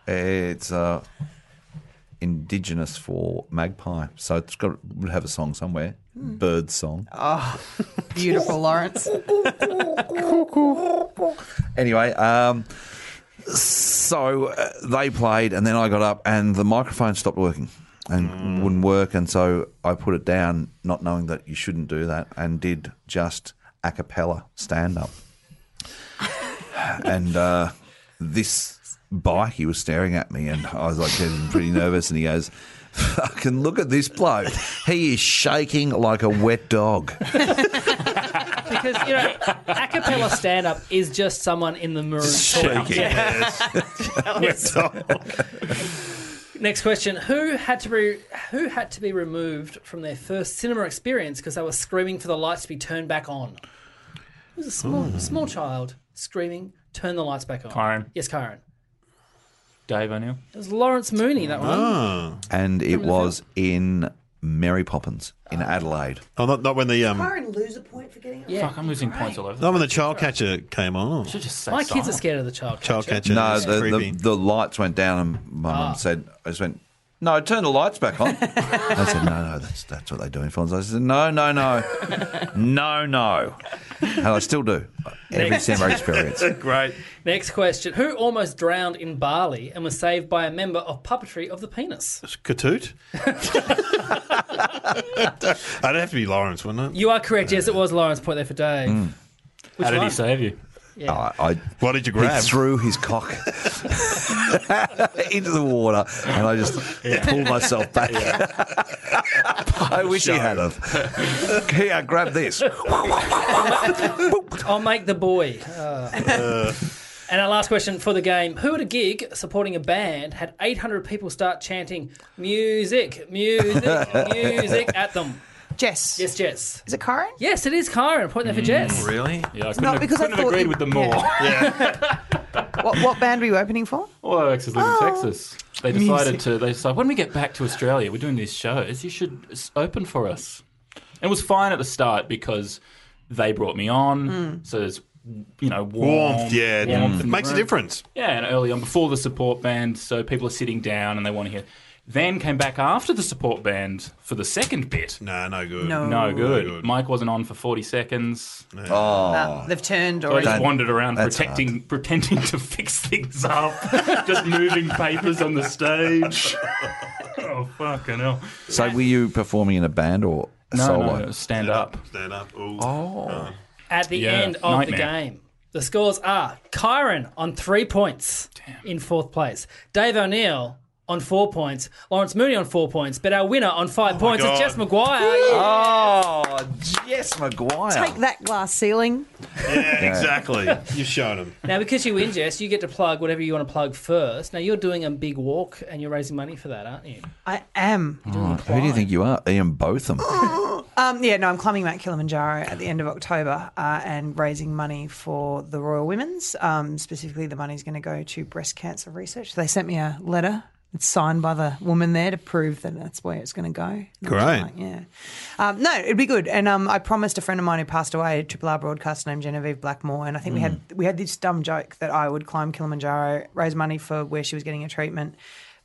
[SPEAKER 4] it's uh, indigenous for magpie, so it's got would have a song somewhere.
[SPEAKER 5] Hmm.
[SPEAKER 4] Bird song.
[SPEAKER 5] Beautiful Lawrence.
[SPEAKER 4] Anyway, um, so uh, they played, and then I got up, and the microphone stopped working and wouldn't work, and so I put it down, not knowing that you shouldn't do that, and did just a cappella stand up. and uh, this bike, he was staring at me, and I was like getting pretty nervous, and he goes. Fucking look at this bloke. He is shaking like a wet dog.
[SPEAKER 3] because you know, a cappella stand up is just someone in the maroon. suit.
[SPEAKER 6] Shaking (laughs)
[SPEAKER 3] (laughs)
[SPEAKER 6] ass. Oh,
[SPEAKER 3] Next question: Who had to be who had to be removed from their first cinema experience because they were screaming for the lights to be turned back on? It was a small small child screaming, "Turn the lights back on."
[SPEAKER 7] Kyron.
[SPEAKER 3] yes, Kyron.
[SPEAKER 7] Dave O'Neill.
[SPEAKER 3] It was Lawrence Mooney that one.
[SPEAKER 6] Oh.
[SPEAKER 4] and it was in Mary Poppins in Adelaide.
[SPEAKER 6] Oh, not, not when the um,
[SPEAKER 5] Byron lose a point for getting
[SPEAKER 3] Yeah,
[SPEAKER 7] Fuck, I'm losing points all over. the
[SPEAKER 6] not when the child catcher came on.
[SPEAKER 7] should just say
[SPEAKER 3] my kids are
[SPEAKER 7] silent.
[SPEAKER 3] scared of the child.
[SPEAKER 6] Child
[SPEAKER 3] catcher.
[SPEAKER 6] catcher.
[SPEAKER 4] no,
[SPEAKER 6] it's
[SPEAKER 4] the, the,
[SPEAKER 6] creepy. Ah.
[SPEAKER 4] the lights went down, and my mum said, "I just went." No, turn the lights back
[SPEAKER 6] (laughs)
[SPEAKER 4] on. I said, no, no, that's, that's what they do in films. I said, no, no, no, no, no. And I still do. Every cinema
[SPEAKER 6] (laughs)
[SPEAKER 4] experience.
[SPEAKER 6] Great.
[SPEAKER 3] Next question: Who almost drowned in Bali and was saved by a member of puppetry of the penis?
[SPEAKER 6] Katoot. I'd have to be Lawrence, wouldn't it?
[SPEAKER 3] You are correct. Yes, it was Lawrence. Point there for Dave.
[SPEAKER 7] Hmm. How did he save you?
[SPEAKER 4] I, I,
[SPEAKER 6] What did you
[SPEAKER 4] He
[SPEAKER 6] grab?
[SPEAKER 4] threw his cock (laughs) into the water, and I just pulled myself back. (laughs) I wish he had of. (laughs) Here, grab this.
[SPEAKER 3] I'll make the
[SPEAKER 7] (laughs)
[SPEAKER 3] boy. Oh. and our last question for the game: Who at a gig supporting a band had 800 people start chanting "music, music,
[SPEAKER 7] (laughs)
[SPEAKER 3] music" at them?
[SPEAKER 5] Jess.
[SPEAKER 3] Yes, Jess.
[SPEAKER 5] Is it Karen?
[SPEAKER 3] Yes, it is Kyron. Point there for Jess.
[SPEAKER 7] Really? Yeah, I couldn't,
[SPEAKER 5] Not
[SPEAKER 7] have,
[SPEAKER 5] because I
[SPEAKER 7] couldn't have
[SPEAKER 5] thought
[SPEAKER 7] agreed
[SPEAKER 5] you-
[SPEAKER 7] with them more.
[SPEAKER 5] Yeah. What, what band were you opening for?
[SPEAKER 7] Well, Alex is living in Texas. They decided to. They decided when we get back to Australia, we're doing these shows. You should s- open for us. And it was fine at the start because they brought me on. So there's you know warmth,
[SPEAKER 6] Warmth, yeah.
[SPEAKER 7] warmth
[SPEAKER 6] It
[SPEAKER 7] in the
[SPEAKER 6] makes a
[SPEAKER 7] room.
[SPEAKER 6] difference.
[SPEAKER 7] Yeah, and early on before the support band, so people are sitting down and they want to hear. Then came back after the support band for the second bit.
[SPEAKER 6] No, no good.
[SPEAKER 5] No. Uh,
[SPEAKER 7] No good.
[SPEAKER 6] good.
[SPEAKER 7] Mike wasn't on for forty seconds. Oh.
[SPEAKER 5] Nah, they've turned
[SPEAKER 7] I
[SPEAKER 5] already.
[SPEAKER 7] just wandered around
[SPEAKER 4] that's
[SPEAKER 7] protecting, pretending to fix things up, (laughs) just moving papers on the stage. oh fucking hell!
[SPEAKER 4] So, were you performing in a band or a
[SPEAKER 7] No,
[SPEAKER 4] solo?
[SPEAKER 7] no, stand up.
[SPEAKER 6] Stand up. Ooh.
[SPEAKER 3] At the
[SPEAKER 7] Yeah.
[SPEAKER 3] end of the
[SPEAKER 7] Nightmare.
[SPEAKER 3] game, the scores are Kyron on three points in fourth place, Dave O'Neill. On four points, Lawrence Mooney on four points, but our winner on
[SPEAKER 7] Oh
[SPEAKER 3] five points is
[SPEAKER 6] God.
[SPEAKER 3] Jess McGuire.
[SPEAKER 4] Oh, Jess McGuire.
[SPEAKER 5] Take that glass ceiling.
[SPEAKER 6] Yeah, exactly. You've shown him.
[SPEAKER 3] Now, because you win, Jess, you get to plug whatever you want to plug first. Now, you're doing a big walk and you're raising money for that, aren't you?
[SPEAKER 5] I am.
[SPEAKER 4] Who do you think you are? Ian Botham.
[SPEAKER 5] Um, yeah, no, I'm climbing Mount Kilimanjaro at the end of October uh, and raising money for the Royal Women's. Um, specifically, the money's going to go to breast cancer research. They sent me a letter. It's signed by the woman there to prove that that's where it's going to go. And I'm just
[SPEAKER 6] Great.
[SPEAKER 5] like, yeah. Um, no, it'd be good. And um, I promised a friend of mine who passed away, a Triple R broadcaster named Genevieve Blackmore, and I think we had we had this dumb joke that I would climb Kilimanjaro, raise money for where she was getting a treatment.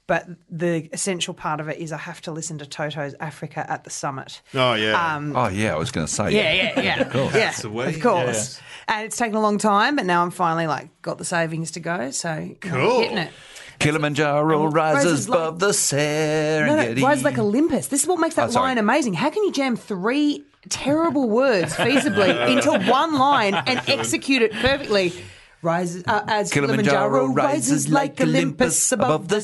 [SPEAKER 5] But the essential part of it is I have to listen to Toto's Africa at the summit.
[SPEAKER 6] Oh, yeah.
[SPEAKER 4] Oh, yeah, I was going to say.
[SPEAKER 5] Yeah, yeah, yeah. of course. Yeah,
[SPEAKER 6] the way.
[SPEAKER 5] of course. And it's taken a long time, but now I'm finally like got the savings to go. So
[SPEAKER 6] Cool.
[SPEAKER 5] cool. hitting it.
[SPEAKER 4] Kilimanjaro rises,
[SPEAKER 5] rises like-
[SPEAKER 4] above the
[SPEAKER 5] No,
[SPEAKER 4] Serengeti.
[SPEAKER 5] no, rise like Olympus. This is what makes that
[SPEAKER 4] Oh, sorry.
[SPEAKER 5] line amazing. How can you jam three terrible words feasibly into one line and execute it perfectly? Rises uh, as Kilimanjaro, rises like Olympus above the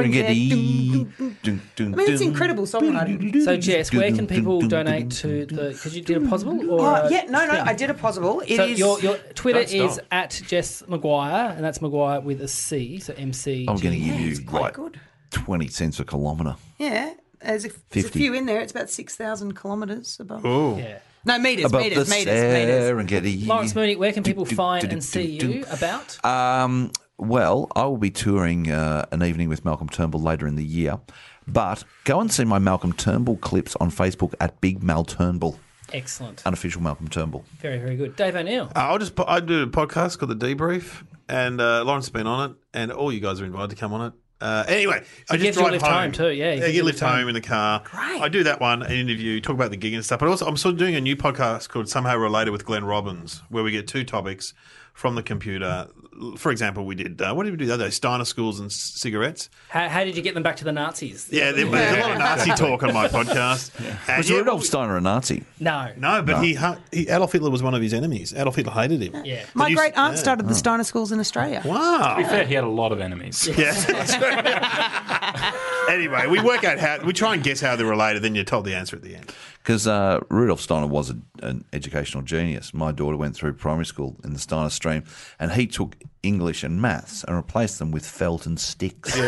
[SPEAKER 5] Serengeti. I mean, it's incredible songwriting.
[SPEAKER 3] So, Jess, where can people donate to the. Because you did a possible? Or,
[SPEAKER 5] Oh,
[SPEAKER 3] uh,
[SPEAKER 5] yeah, no, no, I did a possible. It is
[SPEAKER 3] So, your, your Twitter
[SPEAKER 7] Don't stop.
[SPEAKER 3] is at Jess McGuire, and that's McGuire with a C, so MC.
[SPEAKER 4] I'm going to give you
[SPEAKER 5] it's quite
[SPEAKER 4] like
[SPEAKER 5] good.
[SPEAKER 4] 20 cents a kilometre.
[SPEAKER 5] Yeah, there's a, there's a
[SPEAKER 4] 50.
[SPEAKER 5] few in there. It's about 6,000 kilometres above.
[SPEAKER 6] Ooh.
[SPEAKER 3] Yeah.
[SPEAKER 5] No, meters,
[SPEAKER 4] Above
[SPEAKER 5] meters,
[SPEAKER 4] the
[SPEAKER 5] meters, meters.
[SPEAKER 4] Serengeti.
[SPEAKER 3] Lawrence Mooney, where can people
[SPEAKER 4] Do, do,
[SPEAKER 3] find
[SPEAKER 4] do, do,
[SPEAKER 3] and see
[SPEAKER 4] do, do.
[SPEAKER 3] you about?
[SPEAKER 4] Um, well, I will be touring uh, an evening with Malcolm Turnbull later in the year, but go and see my Malcolm Turnbull clips on Facebook at Big Mal Turnbull,
[SPEAKER 3] Excellent.
[SPEAKER 4] unofficial Malcolm Turnbull.
[SPEAKER 3] Very, very good. Dave O'Neill.
[SPEAKER 6] Uh, I'll just po- I do a podcast called The Debrief, and uh, Lawrence has been on it, and all you guys are invited to come on it. Uh, anyway, I
[SPEAKER 3] gives
[SPEAKER 6] just
[SPEAKER 3] you a
[SPEAKER 6] drive
[SPEAKER 3] lift
[SPEAKER 6] home.
[SPEAKER 3] home too, yeah, he
[SPEAKER 6] yeah
[SPEAKER 3] gives you
[SPEAKER 6] get
[SPEAKER 3] a
[SPEAKER 6] lift
[SPEAKER 3] lift home.
[SPEAKER 6] home in the car. Great. I do that one, an interview, talk about the gig and stuff. But also, I'm sort of doing a new podcast called Somehow Related with Glenn Robbins, where we get two topics from the computer. For example, we did uh, what did we do the other day? Steiner schools and c- cigarettes.
[SPEAKER 3] How, how did you get them back to the Nazis?
[SPEAKER 6] Yeah, there, there's a lot of Nazi talk on my podcast.
[SPEAKER 7] Uh,
[SPEAKER 6] And
[SPEAKER 4] Was
[SPEAKER 6] yeah,
[SPEAKER 4] Rudolf Steiner a Nazi?
[SPEAKER 3] No.
[SPEAKER 6] No, but he, ha- he Adolf Hitler was one of his enemies. Adolf Hitler hated him.
[SPEAKER 3] Yeah.
[SPEAKER 6] But
[SPEAKER 5] My
[SPEAKER 6] you-
[SPEAKER 5] great aunt
[SPEAKER 6] yeah.
[SPEAKER 5] started the Steiner schools in Australia.
[SPEAKER 6] Wow.
[SPEAKER 7] To be fair, he had a lot of enemies.
[SPEAKER 6] Yeah. (laughs) anyway, we work out how we try and guess how they're related. Then you're told the answer at the end. (laughs)
[SPEAKER 4] Because uh, Rudolf Steiner was a, an educational genius. My daughter went through primary school in the Steiner stream, and he took English and maths and replaced them with felt and sticks.
[SPEAKER 9] (laughs)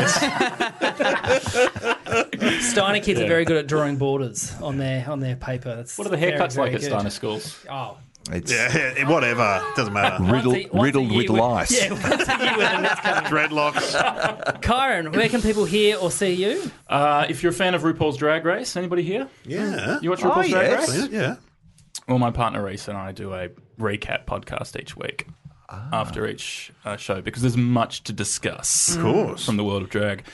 [SPEAKER 9] Steiner kids are very good at drawing borders on their on their paper. That's
[SPEAKER 7] What are the
[SPEAKER 9] very,
[SPEAKER 7] haircuts
[SPEAKER 9] very
[SPEAKER 7] like at
[SPEAKER 9] good.
[SPEAKER 7] Steiner schools?
[SPEAKER 9] Oh,
[SPEAKER 4] It's
[SPEAKER 6] Yeah, Eh, whatever.
[SPEAKER 3] (laughs)
[SPEAKER 6] Doesn't matter.
[SPEAKER 9] Once
[SPEAKER 4] riddled,
[SPEAKER 9] a- once a
[SPEAKER 4] riddled
[SPEAKER 9] year
[SPEAKER 4] with
[SPEAKER 9] we-
[SPEAKER 4] lice.
[SPEAKER 9] yeah. Once a year with a net
[SPEAKER 6] (laughs)
[SPEAKER 9] coming.
[SPEAKER 6] Dreadlocks.
[SPEAKER 9] Kyron, where can people hear or see you?
[SPEAKER 7] Uh, if you're a fan of RuPaul's Drag Race, anybody here?
[SPEAKER 6] Yeah.
[SPEAKER 7] You watch
[SPEAKER 9] Oh,
[SPEAKER 7] RuPaul's Drag
[SPEAKER 4] Oh, yes.
[SPEAKER 7] Race?
[SPEAKER 6] Yeah.
[SPEAKER 7] Well, my partner Reese and I do a recap podcast each week after each uh, show because there's much to discuss
[SPEAKER 6] Of course.
[SPEAKER 7] from the world of drag.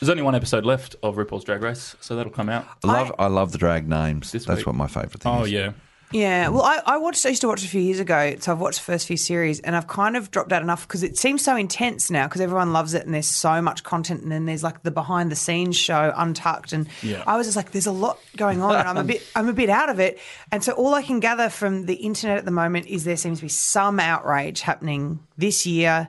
[SPEAKER 7] There's only one episode left of RuPaul's Drag Race, so that'll come out.
[SPEAKER 4] I love I love the drag names.
[SPEAKER 7] This
[SPEAKER 4] That's
[SPEAKER 7] week.
[SPEAKER 4] what my favourite thing
[SPEAKER 7] Oh
[SPEAKER 4] is.
[SPEAKER 7] yeah,
[SPEAKER 5] Yeah, well, I, I watched. I used to watch a few years ago, so I've watched the first few series, and I've kind of dropped out enough because it seems so intense now because everyone loves it, and there's so much content, and then there's like the behind the scenes show Untucked, and
[SPEAKER 7] Yeah.
[SPEAKER 5] I was just like, there's a lot going on, and I'm a bit, I'm a bit out of it, and so all I can gather from the internet at the moment is there seems to be some outrage happening this year,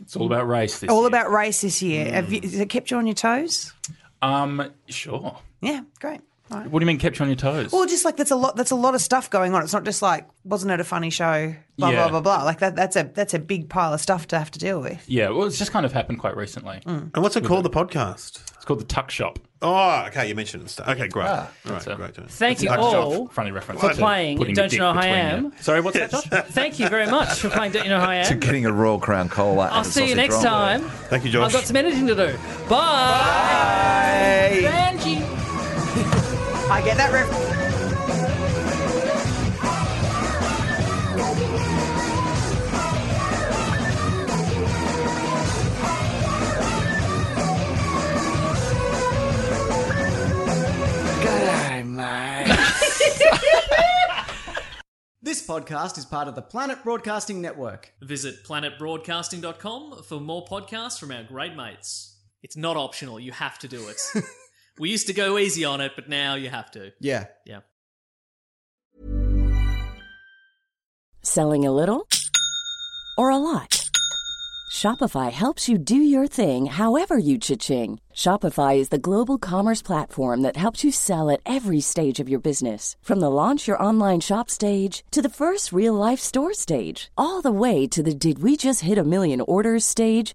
[SPEAKER 7] it's all about race. This
[SPEAKER 5] all
[SPEAKER 7] year.
[SPEAKER 5] about race this year. Have you, has it kept you on your toes?
[SPEAKER 7] um, sure.
[SPEAKER 5] Yeah, great. All right.
[SPEAKER 7] What do you mean kept you on your toes?
[SPEAKER 5] Well, just like that's a lot. That's a lot of stuff going on. It's not just like wasn't it a funny show? Blah
[SPEAKER 7] Yeah.
[SPEAKER 5] blah blah blah. Like that. That's a that's a big pile of stuff to have to deal with.
[SPEAKER 7] yeah, well, it's just kind of happened quite recently.
[SPEAKER 9] Mm.
[SPEAKER 6] And what's it called? The podcast.
[SPEAKER 7] It's called the Tuck Shop.
[SPEAKER 6] Oh, okay. You mentioned it. Okay, great. all right,
[SPEAKER 7] a-
[SPEAKER 6] great.
[SPEAKER 9] Ah, Thank you
[SPEAKER 6] Tuck Shop.
[SPEAKER 9] all.
[SPEAKER 7] Friendly reference
[SPEAKER 9] For
[SPEAKER 7] to
[SPEAKER 9] playing
[SPEAKER 7] putting your
[SPEAKER 9] Don't You
[SPEAKER 7] dick
[SPEAKER 9] Know Who I
[SPEAKER 7] between
[SPEAKER 9] Am?
[SPEAKER 7] your- Sorry, what's
[SPEAKER 9] (laughs)
[SPEAKER 7] that, Josh?
[SPEAKER 9] Thank you very much for playing Don't You Know Who I
[SPEAKER 4] To
[SPEAKER 9] Am.
[SPEAKER 4] getting a royal crown cola. and
[SPEAKER 9] I'll
[SPEAKER 4] a
[SPEAKER 9] see you
[SPEAKER 4] sausage
[SPEAKER 9] next
[SPEAKER 4] roll.
[SPEAKER 9] time.
[SPEAKER 6] Thank you,
[SPEAKER 9] I've
[SPEAKER 6] Josh.
[SPEAKER 9] got some editing to do. Bye. Benji.
[SPEAKER 5] I get that. Ref-
[SPEAKER 8] This podcast is part of the Planet Broadcasting Network.
[SPEAKER 2] Visit planetbroadcasting.com for more podcasts from our great mates. It's not optional, you have to
[SPEAKER 7] (laughs)
[SPEAKER 2] do it. we used to go easy on it, but now you have to.
[SPEAKER 8] Yeah.
[SPEAKER 2] Yeah.
[SPEAKER 3] Selling a little or a lot? Shopify helps you do your thing however you cha-ching. Shopify is the global commerce platform that helps you sell at every stage of your business. From the launch your online shop stage to the first real life store stage, all the way to the did we just hit a million orders stage.